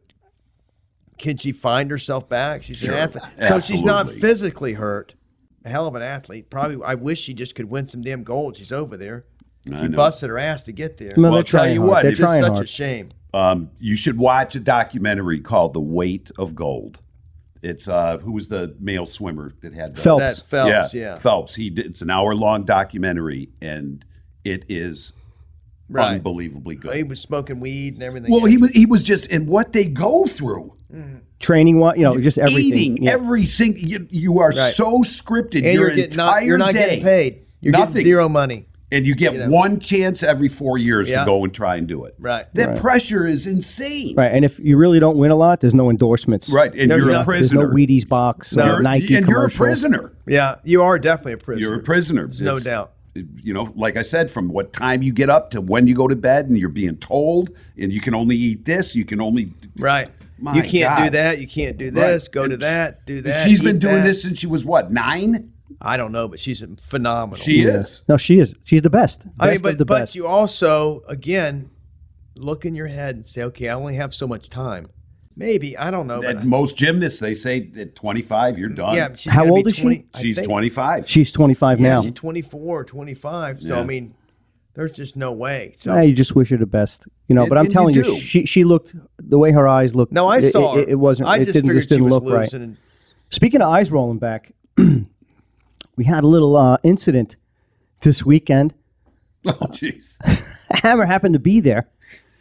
S2: can she find herself back? She's
S4: Sure,
S2: an athlete, so she's not
S4: absolutely.
S2: physically hurt. A hell of an athlete. Probably. I wish she just could win some damn gold. She's over there. She
S4: know.
S2: busted her ass to get there.
S3: No,
S4: Well,
S3: they're
S4: I'll tell
S3: trying
S4: you
S3: hard.
S4: what,
S3: they're
S4: it is
S2: it's such
S3: trying
S2: a
S3: hard.
S2: shame.
S4: Um, you should watch a documentary called "The Weight of Gold." It's uh, who was the male swimmer that had the,
S3: Phelps.
S2: That Phelps, yeah,
S4: Phelps. He did, it's an hour long documentary, and it is
S2: right.
S4: unbelievably
S2: He
S4: good.
S2: was smoking weed and everything.
S4: Well, he was he was just and what they go through,
S3: Training, wa- you know, just everything.
S4: eating
S3: Yeah.
S4: every single. You, you are so scripted
S2: and you're
S4: your
S2: getting
S4: entire
S2: not, you're not
S4: day,
S2: getting paid. You're
S4: Nothing.
S2: getting zero money.
S4: and you get one chance every four years
S2: Yeah.
S4: to go and try and do it.
S2: Right.
S4: that pressure is insane.
S3: Right, and if you really don't win a lot, there's no endorsements.
S4: Right, and
S2: There's
S4: you're
S2: no-
S4: a
S2: there's
S3: There's no
S4: prisoner.
S3: Wheaties box, no,
S4: You're-
S3: Nike
S4: and you're a
S3: commercial.
S4: prisoner.
S2: Yeah, you are definitely a prisoner.
S4: You're a prisoner.
S2: no
S4: It's-
S2: doubt.
S4: You know, like I said, from what time you get up to when you go to bed, and you're being told, and you can only eat this, you can only.
S2: Right.
S4: My
S2: you can't do
S4: God.
S2: that. You can't do this.
S4: Right.
S2: Go to
S4: And
S2: that. Do that.
S4: She's
S2: eat
S4: been doing
S2: that.
S4: this since she was what nine?
S2: I don't know, but she's phenomenal.
S4: She
S3: Oh,
S4: is.
S3: No, she is. She's the best. Best
S2: I mean, but
S3: of the
S2: but
S3: best.
S2: you also again look in your head and say, okay, I only have so much time. Maybe I don't know. But
S4: At most gymnasts, they say at 25 you're done.
S2: yeah, she's
S3: How
S2: gonna
S3: old
S2: be
S3: is she?
S2: 20 I
S4: she's
S2: think.
S4: 25.
S3: She's 25
S2: Yeah,
S3: now.
S2: she's 24 or 25. So I
S4: Yeah.
S2: mean, there's just no way. So
S3: Yeah, you just wish her the best, you know.
S4: And-
S3: but I'm
S4: and you
S3: telling you,
S4: do.
S3: she she looked the way her eyes looked.
S2: no, I
S3: it-
S2: saw
S3: It,
S2: her.
S3: it, wasn't.
S2: I
S3: it
S2: just
S3: didn't
S2: figured
S3: just didn't
S2: she was
S3: look right.
S2: losing. And
S3: Speaking of eyes rolling back, *clears throat* we had a little uh, incident this weekend.
S4: *laughs* Oh,
S3: *laughs*
S4: jeez.
S3: Hammer happened to be there.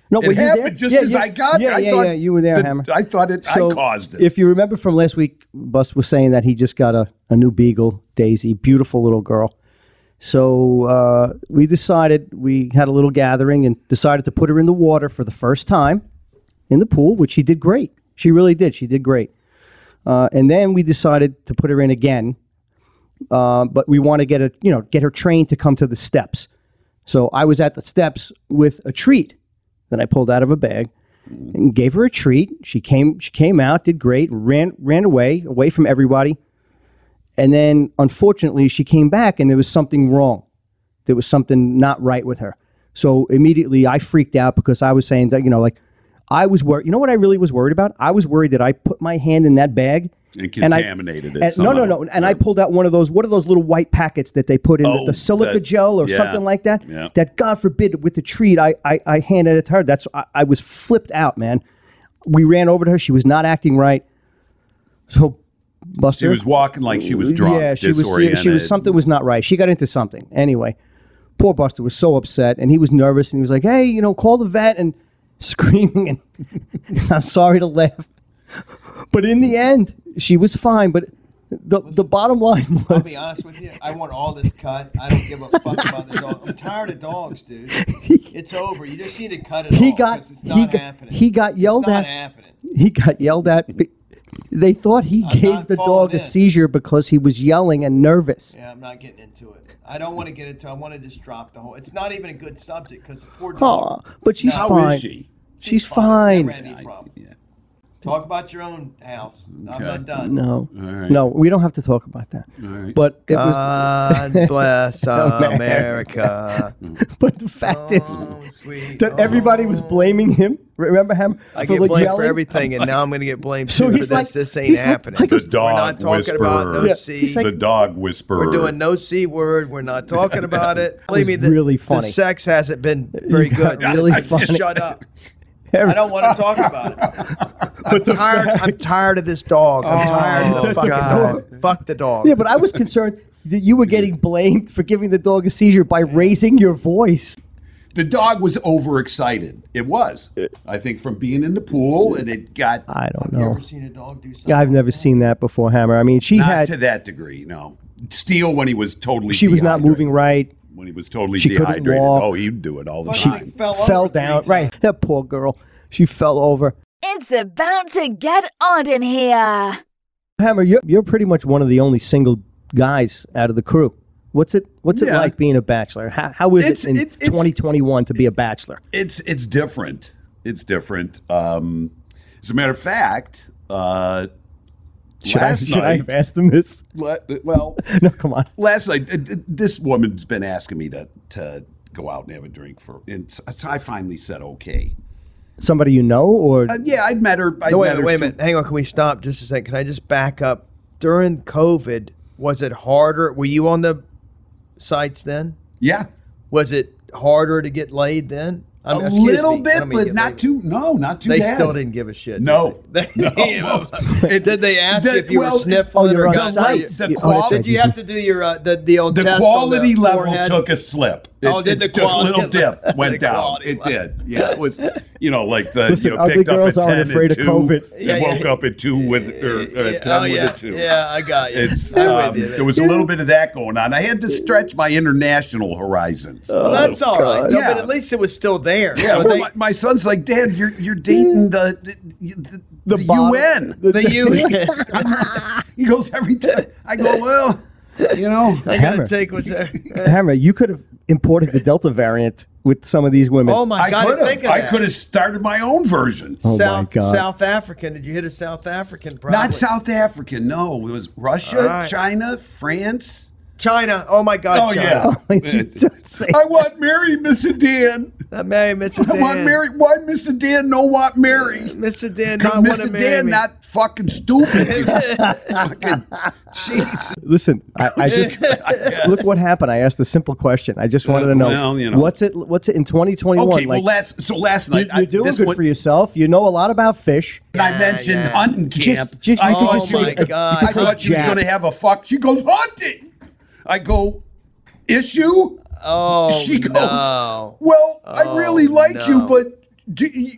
S3: No, were
S4: It
S3: you there?
S4: happened just
S3: Yeah,
S4: as
S3: yeah.
S4: I got
S3: yeah,
S4: there. I
S3: yeah,
S4: thought
S3: yeah, you were there,
S4: that-
S3: Hammer.
S4: I thought it.
S3: So,
S4: I caused it.
S3: If you remember from last week, Bus was saying that he just got a, a new beagle, Daisy, beautiful little girl. So uh, we decided, we had a little gathering and decided to put her in the water for the first time in the pool, which she did great. She really did. She did great. Uh, and then we decided to put her in again, uh, but we want to get a you know get her trained to come to the steps. So I was at the steps with a treat that I pulled out of a bag and gave her a treat. She came she came out, did great, ran ran away, away from everybody. And then unfortunately she came back and there was something wrong. There was something not right with her. So immediately I freaked out because I was saying that, you know, like I was worried. You know what I really was worried about? I was worried that I put my hand in that bag
S4: And
S3: I-
S4: contaminated it
S3: and- No, no,
S4: somehow.
S3: no. And I pulled out one of those. What are those little white packets that they put in the,
S4: Oh,
S3: the silica
S4: that-
S3: gel or
S4: yeah.
S3: something like that?
S4: Yeah.
S3: That God forbid with the treat, I I, I handed it to her. That's I, I was flipped out, man. We ran over to her. She was not acting right. So, Buster.
S4: she was walking like she was drunk.
S3: Yeah, she was.
S4: disoriented.
S3: She was something was not right. She got into something. Anyway, poor Buster was so upset and he was nervous and he was like, "Hey, you know, call the vet," and *laughs* screaming. And *laughs* I'm sorry to laugh, but in the end, she was fine. But the the bottom line
S5: I'll be
S3: was,
S5: honest with you. I want all this cut. I don't give a fuck about the dog. I'm tired of dogs,
S3: *laughs*
S5: dude. It's over. You just need to cut it
S3: He
S5: off,
S3: got-
S5: 'cause it's
S3: he
S5: not
S3: got-
S5: happening.
S3: he got yelled
S5: it's not
S3: at.
S5: Happening.
S3: he got yelled at. be- They thought he
S5: I'm
S3: gave
S5: not
S3: the
S5: falling
S3: dog a
S5: in.
S3: seizure because he was yelling and nervous.
S5: Yeah, I'm not getting into it. I don't want to get into. it. I want to just drop the whole. It's not even a good subject because the poor
S3: Aw,
S5: dog.
S3: but she's
S5: Now,
S4: How
S3: fine.
S4: is she?
S3: She's,
S5: fine.
S3: fine.
S5: Never had any problem.
S4: Yeah.
S5: Talk about your own house. I'm
S4: Okay.
S5: not done.
S3: No,
S4: right.
S3: no, we don't have to talk about that. But it was.
S5: Uh,
S2: God
S3: *laughs*
S2: bless America.
S3: But the fact is
S5: Oh,
S2: Oh,
S5: Sweet.
S3: that everybody was blaming him. Remember him?
S2: I get blamed for everything, and now I'm going to get blamed
S3: So
S2: too
S3: he's
S2: for
S3: like-
S2: this. This ain't
S3: he's like-
S2: happening.
S3: I just-
S4: The
S2: We're
S4: dog
S2: not talking
S4: whisperer.
S2: about no
S3: Yeah,
S2: C.
S3: he's like-
S4: the dog whisperer.
S2: We're doing no C word. We're not talking about
S3: *laughs*
S2: it. Believe me,
S3: was
S2: the,
S3: really
S2: the
S3: funny.
S2: sex hasn't been
S3: *laughs*
S2: very
S3: got
S2: good.
S3: really
S2: I- I-
S3: funny.
S2: Shut up.
S5: I don't want to
S2: *laughs*
S5: talk about it.
S2: I'm tired, I'm tired of this dog. I'm tired of the fucking dog. Fuck the dog.
S3: Yeah, but I was concerned that you were getting blamed for giving the dog a seizure by raising your voice.
S4: The dog was overexcited. It was.
S2: Uh,
S4: I think from being in the pool and it got
S3: I don't
S5: You
S3: know.
S5: ever seen a dog do something?
S3: Yeah, I've never
S5: like that?
S3: seen that before, Hammer. I mean, she
S4: not
S3: had
S4: to that degree. No. Steele when he was totally
S3: she was not
S4: dehydrated.
S3: moving right,
S4: when he was totally
S3: She couldn't
S4: dehydrated.
S3: walk.
S4: Oh, he'd do it all the
S5: Fucking
S4: time.
S5: fell, over
S3: fell
S5: three
S3: down.
S5: times.
S3: Right, that poor girl. She fell over.
S1: It's about to get odd in here.
S3: Hammer, you're, you're pretty much one of the only single guys out of the crew. What's it What's it
S4: Yeah.
S3: like being a bachelor? How, how is
S4: It's-
S3: it in
S4: it's- it's-
S3: 2021 to be a bachelor?
S4: It's it's different. It's different. Um, as a matter of fact, uh,
S3: Should I,
S4: last
S3: should I
S4: night,
S3: have asked him this?
S4: le- well,
S3: *laughs* No, come on.
S4: last night uh, th- this woman's been asking me to to go out and have a drink for, and s- so I finally said okay.
S3: Somebody you know, or
S4: Uh, yeah, I'd met her. I'd
S2: No,
S4: met
S2: wait, a minute,
S4: her
S2: wait a
S4: through-
S2: minute. Hang on. Can we stop just a second? Can I just back up? During COVID, was it harder? Were you on the sites then?
S4: Yeah,
S2: Was it harder to get laid then? I mean,
S4: a
S2: Um, excuse
S4: little
S2: me, I
S4: bit,
S2: don't mean
S4: but
S2: get
S4: not
S2: laid.
S4: too. No, not too.
S2: They
S4: bad.
S2: still didn't give a shit. did
S4: No.
S2: they?
S4: *laughs*
S2: *laughs*
S4: No.
S2: They- did they ask
S4: The-
S2: if you
S4: well,
S2: were
S4: it-
S2: sniffling
S3: Oh, you're
S2: or
S3: on
S2: got
S3: site.
S2: laid?
S4: The
S3: You-
S4: qual-
S3: that's right,
S2: Did you
S3: he's-
S2: have to do your uh, the the old
S4: the
S2: test on
S4: quality
S2: the
S4: level
S2: forehead?
S4: took a slip. It,
S2: Oh, did
S4: it
S2: the
S4: took a
S2: quality
S4: little
S2: level-
S4: dip went
S2: the
S4: down.
S2: quality
S4: It
S2: level.
S4: did. Yeah, it was. You know, like the
S3: Listen,
S4: you know
S3: ugly
S4: picked up at
S3: girls aren't
S4: ten
S3: afraid
S4: and
S3: of
S4: two,
S3: COVID.
S4: and
S2: yeah,
S4: woke
S2: yeah.
S4: up at two
S2: *laughs*
S4: with or, or at ten
S2: oh,
S4: with
S2: yeah.
S4: a two.
S2: Yeah, I got you.
S4: It's,
S2: I'm
S4: um,
S2: with you there.
S4: there was a little bit of that going on. I had to stretch my international horizons.
S2: Well, that's
S3: Oh,
S2: all right. No,
S4: Yeah.
S2: but at least it was still there.
S4: yeah,
S2: So
S4: well,
S2: they-
S4: my, my son's like, Dad, you're you're dating the the, the, the
S3: bottom-
S4: UN.
S2: the
S3: *laughs*
S2: you *laughs*
S4: he goes every time. I go, well, you know,
S2: *laughs* I
S3: Hammer.
S2: gotta take what's there.
S4: uh,
S3: Hammer, you could have imported the Delta variant with some of these women. *laughs*
S2: Oh my
S4: I
S2: god!
S4: could
S2: Think
S4: have.
S2: of
S4: I
S2: that.
S4: could have started my own version.
S3: Oh, my
S2: South
S3: God.
S2: South African. Did you hit a South African? Probably.
S4: Not South Africa. No, it was Russia,
S2: All right.
S4: China, France. Oh,
S2: China. Oh my God! China.
S4: I want Mary, Miss Dan.
S2: Not marry
S4: *laughs*
S2: Mr.
S4: I
S2: Dan.
S4: want Mary. Why Mr. Dan no want Mary?
S2: Mr. Dan *laughs* not want to
S4: Mr.
S2: marry
S4: Dan
S2: me.
S4: not fucking
S2: *laughs*
S4: stupid. you fucking Jesus.
S3: *laughs* Listen, I, I
S4: *laughs*
S3: just look what happened. I asked the simple question. I just wanted to know,
S4: Uh, well, you know.
S3: what's it? What's it in 2021?
S4: Okay, well
S3: like
S4: last so last
S3: you,
S4: night I,
S3: you're doing
S4: this
S3: good
S4: one-
S3: for yourself. You know a lot about fish.
S4: I mentioned
S2: yeah. Oh
S4: hunting camp.
S3: Just- just-
S4: I,
S3: you
S4: thought
S3: could
S2: just
S4: she
S2: use
S4: was-
S2: a- you could
S4: I
S2: take
S4: thought she was
S3: jab.
S4: going to have a fuck. She goes hunting. I go issue.
S2: Oh, *laughs*
S4: she goes.
S2: no. Oh,
S4: Well, I really like you,
S2: no.
S4: but do you,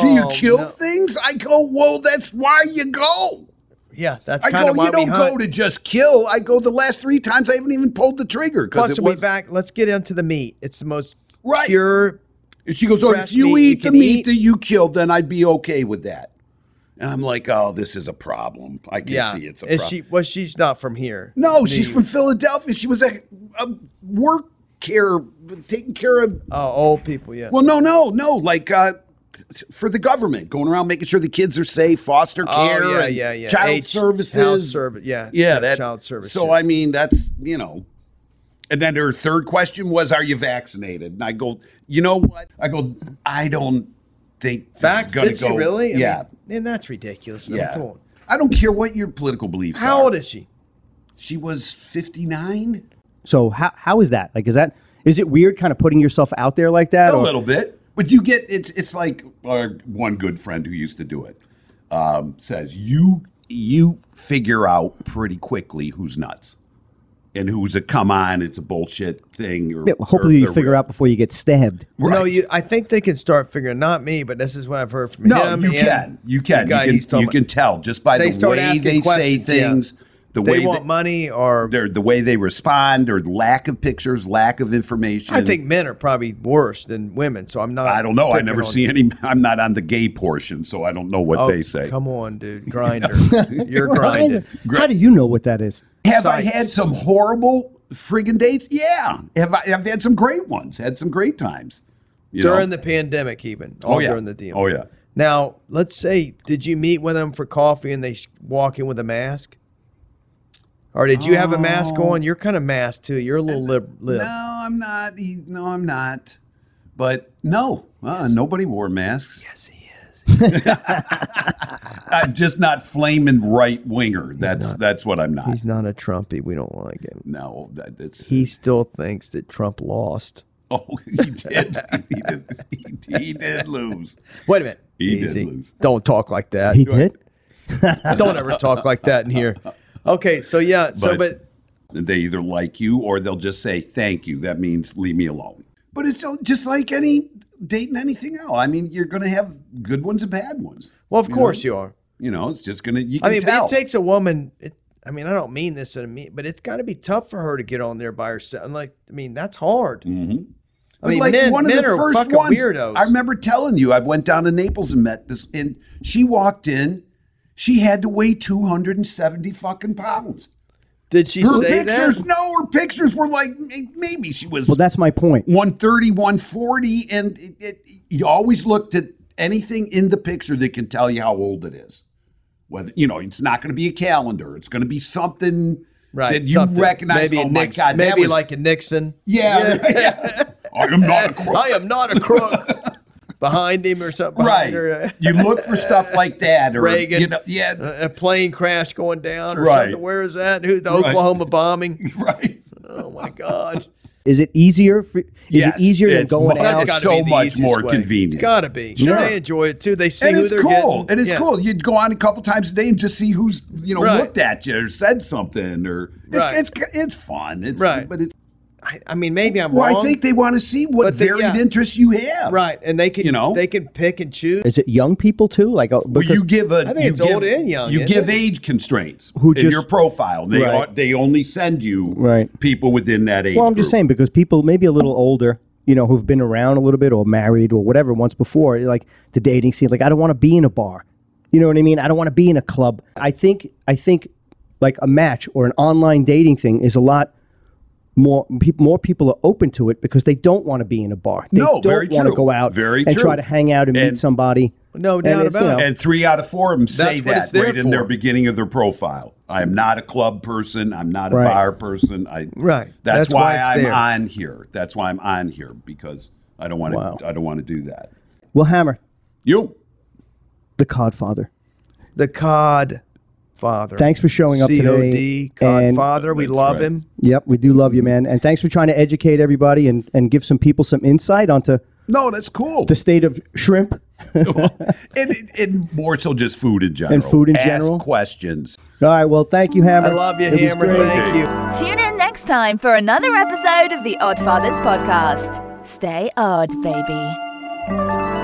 S4: do you
S2: Oh,
S4: kill
S2: no.
S4: things? I go. Well, that's why you go.
S2: Yeah, that's
S4: I
S2: kind
S4: go.
S2: of why
S4: You don't
S2: we hunt.
S4: go to just kill. I go. The last three times I haven't even pulled the trigger because
S2: Plus,
S4: it
S2: we'll
S4: was
S2: be back. Let's get into the meat. It's the most
S4: Right.
S2: pure.
S4: And she goes, "Oh,
S2: Fresh
S4: if you
S2: meat you
S4: eat the
S2: can
S4: meat
S2: eat."
S4: that you killed, then I'd be okay with that." And I'm like, "Oh, this is a problem. I can
S2: Yeah,
S4: see it's a
S2: is
S4: problem."
S2: she? Well, she's not from here.
S4: no,
S2: New
S4: she's
S2: York.
S4: from Philadelphia. She was a, a work care, taking care of.
S2: Oh, old people. Yeah.
S4: Well, no, no, no, like uh, t- for the government, going around making sure the kids are safe, foster care,
S2: oh, yeah,
S4: and
S2: yeah, yeah.
S4: child
S2: H-
S4: services,
S2: Child service. Yeah.
S4: yeah, that
S2: child service.
S4: So
S2: shit.
S4: I mean, that's you know. And then her third question was, "Are you vaccinated?" And I go, "You know what?" I go, "I don't think this
S2: Vax,
S4: is going
S2: did
S4: to go."
S2: she really? I
S4: Yeah,
S2: mean, and that's ridiculous.
S4: yeah.
S2: Yeah. Come on.
S4: I don't care what your political beliefs
S2: How
S4: are.
S2: old is she?
S4: she? Was fifty nine?
S3: So how how is that? Like, is that is it weird? Kind of putting yourself out there like that?
S4: A
S3: or-
S4: little bit, but you get it's it's like uh, one good friend who used to do it um, says you you figure out pretty quickly who's nuts and who's a come on, it's a bullshit thing. Or,
S3: Yeah, well, hopefully,
S4: or-
S3: you
S4: or-
S3: figure out before you get stabbed.
S2: No,
S4: Right.
S2: you. I think they can start figuring. Not me, but this is what I've heard from
S4: No,
S2: him.
S4: you
S2: and
S4: can. You
S2: the
S4: can.
S2: guy
S4: you
S2: he's
S4: can,
S2: talking
S4: you
S2: about.
S4: can tell just by
S2: They
S4: the
S2: start
S4: way
S2: asking
S4: they say
S2: questions, yeah.
S4: things, the
S2: They
S4: way
S2: want money or.
S4: they, are the way they respond, or lack of pictures, lack of information.
S2: I think men are probably worse than women, so I'm not.
S4: I don't know. I
S2: picking
S4: never
S2: on-
S4: see any. I'm not on the gay portion, so I don't know what
S2: Oh,
S4: they say.
S2: Come on,
S4: *laughs*
S2: dude, grinder. You're grinding.
S3: How do you know what that is?
S4: Have I
S2: sites.
S4: had some horrible friggin' dates? Yeah. Have I? I've had some great ones. Had some great times. you know?
S2: during the pandemic, even. All
S4: oh yeah.
S2: During the deal.
S4: Oh yeah.
S2: Now, let's say, did you meet with them for coffee and they s- walk in with a mask? Or did you have a mask on? You're kind of masked too. You're a little lib. lib.
S4: Oh. No, I'm not. No, I'm not. But no, uh, nobody wore masks.
S2: Yes, he is.
S4: *laughs*
S2: *laughs*
S4: I'm just not flaming right winger. That's that's what I'm not.
S2: He's not a Trumpy. We don't like him.
S4: No, that, it's
S2: He still thinks that Trump lost.
S4: *laughs* oh he did he did he, he did lose.
S2: Wait a minute.
S4: He did lose.
S2: Don't talk like that.
S3: He did.
S2: *laughs* don't ever talk like that in here. Okay, so yeah, so
S4: But-
S2: but,
S4: They either like you or they'll just say thank you. That means leave me alone. But it's so- just like any date and anything else. I mean, you're going to have good ones and bad ones.
S2: well, of course you are.
S4: You know, it's just going to you can
S2: I mean,
S4: tell.
S2: but it takes a woman. It, I mean, I don't mean this in a mean, but it's got to be tough for her to get on there by herself. I'm Like, I mean, that's hard. I
S4: Mm-hmm. But,
S2: mean, men, men are fucking
S4: ones-
S2: weirdos.
S4: I remember telling you, I went down to Naples and met this, and she walked in. She had to weigh 270 fucking pounds.
S2: Did she
S4: Her
S2: say
S4: pictures,
S2: that?
S4: no, her pictures were like may- maybe she was
S3: Well, that's my point.
S4: 130, 140, and it, it, you always looked at anything in the picture that can tell you how old it is. Whether you know, it's not going to be a calendar. It's going to be something
S2: Right.
S4: that you
S2: something.
S4: recognize.
S2: Maybe
S4: oh
S2: a
S4: my
S2: Nixon,
S4: god, that
S2: maybe
S4: was-
S2: like a Nixon. *laughs*
S4: yeah, yeah. I am not a crook.
S2: I am not a crook. behind him or something.
S4: *laughs* right.
S2: behind her, uh,
S4: you look for stuff like that, or
S2: Reagan. Uh,
S4: you know, yeah,
S2: a, a plane crash going down or
S4: Right.
S2: something. Where is that? Who the Oklahoma
S4: *laughs*
S2: bombing?
S4: *laughs* right.
S2: Oh my God.
S3: Is it easier? For, is
S4: Yes,
S3: it easier than
S4: it's
S3: going
S4: much-
S2: *laughs*
S3: out?
S2: That's gotta
S4: so
S2: be the
S4: much
S2: easiest
S4: more
S2: way.
S4: convenient.
S2: It's gotta be.
S4: Sure.
S2: They enjoy it too. They see
S4: And
S2: who
S4: it's
S2: they're
S4: cool.
S2: getting.
S4: And it's
S2: Yeah.
S4: cool. You'd go on a couple times a day and just see who's you know
S2: Right.
S4: looked at you or said something or it's
S2: Right.
S4: it's, it's fun. It's
S2: Right.
S4: but it's
S2: I, I mean, maybe I'm
S4: well,
S2: wrong.
S4: I think they want to see what
S2: But they-
S4: varied
S2: yeah.
S4: interests you have.
S2: right, and they can
S4: You know?
S2: they can pick and choose.
S3: Is it young people too? Like, uh,
S4: Well,
S3: because,
S4: you give a
S2: I think
S4: you
S2: it's
S4: give,
S2: old and young,
S4: You
S2: isn't
S4: give
S2: it?
S4: age constraints
S3: Who
S4: in
S3: just-
S4: your profile. They
S3: Right.
S4: are, they only send you
S3: Right.
S4: people within that age.
S3: well, I'm just
S4: group.
S3: saying because people maybe a little older, you know, who've been around a little bit or married or whatever once before, like the dating scene. Like, I don't want to be in a bar. You know what I mean? I don't want to be in a club. I think I think like a match or an online dating thing is a lot more peop more people are open to it because they don't want to be in a bar. They
S4: No,
S3: don't
S4: very
S3: want to
S4: true.
S3: go out
S4: Very
S3: and
S4: true.
S3: try to hang out and,
S4: And-
S3: meet somebody.
S2: No
S3: And
S2: doubt
S3: it's, you
S2: about it.
S3: know,
S4: And three out of four of them say
S2: That's what
S4: that
S2: it's there
S4: right in their
S2: for.
S4: beginning of their profile. I am not a club person. I'm not a
S3: Right.
S4: bar person. I
S2: Right.
S4: That's,
S2: That's
S4: why,
S2: why it's
S4: I'm
S2: there.
S4: on here. That's why I'm on here because I don't want to.
S3: Wow.
S4: I don't want to do that.
S3: Will Hammer,
S4: You.
S3: the Codfather.
S2: The Cod Father.
S3: Thanks for showing up
S2: COD,
S3: today.
S2: Cod
S3: and-
S2: Father. We
S4: That's
S2: love
S4: right.
S2: him.
S3: Yep, we do love you, man. And thanks for trying to educate everybody and, and give some people some insight onto
S4: No, that's cool.
S3: the state of shrimp.
S4: *laughs* and, and more so, just food in general.
S3: food in
S4: Ask
S3: general?
S4: questions.
S3: All right, well, thank you, Hammer.
S2: I love you,
S3: It was
S2: Hammer.
S3: great.
S2: Thank you.
S1: Tune in next time for another episode of the Odd Fathers podcast. Stay odd, baby.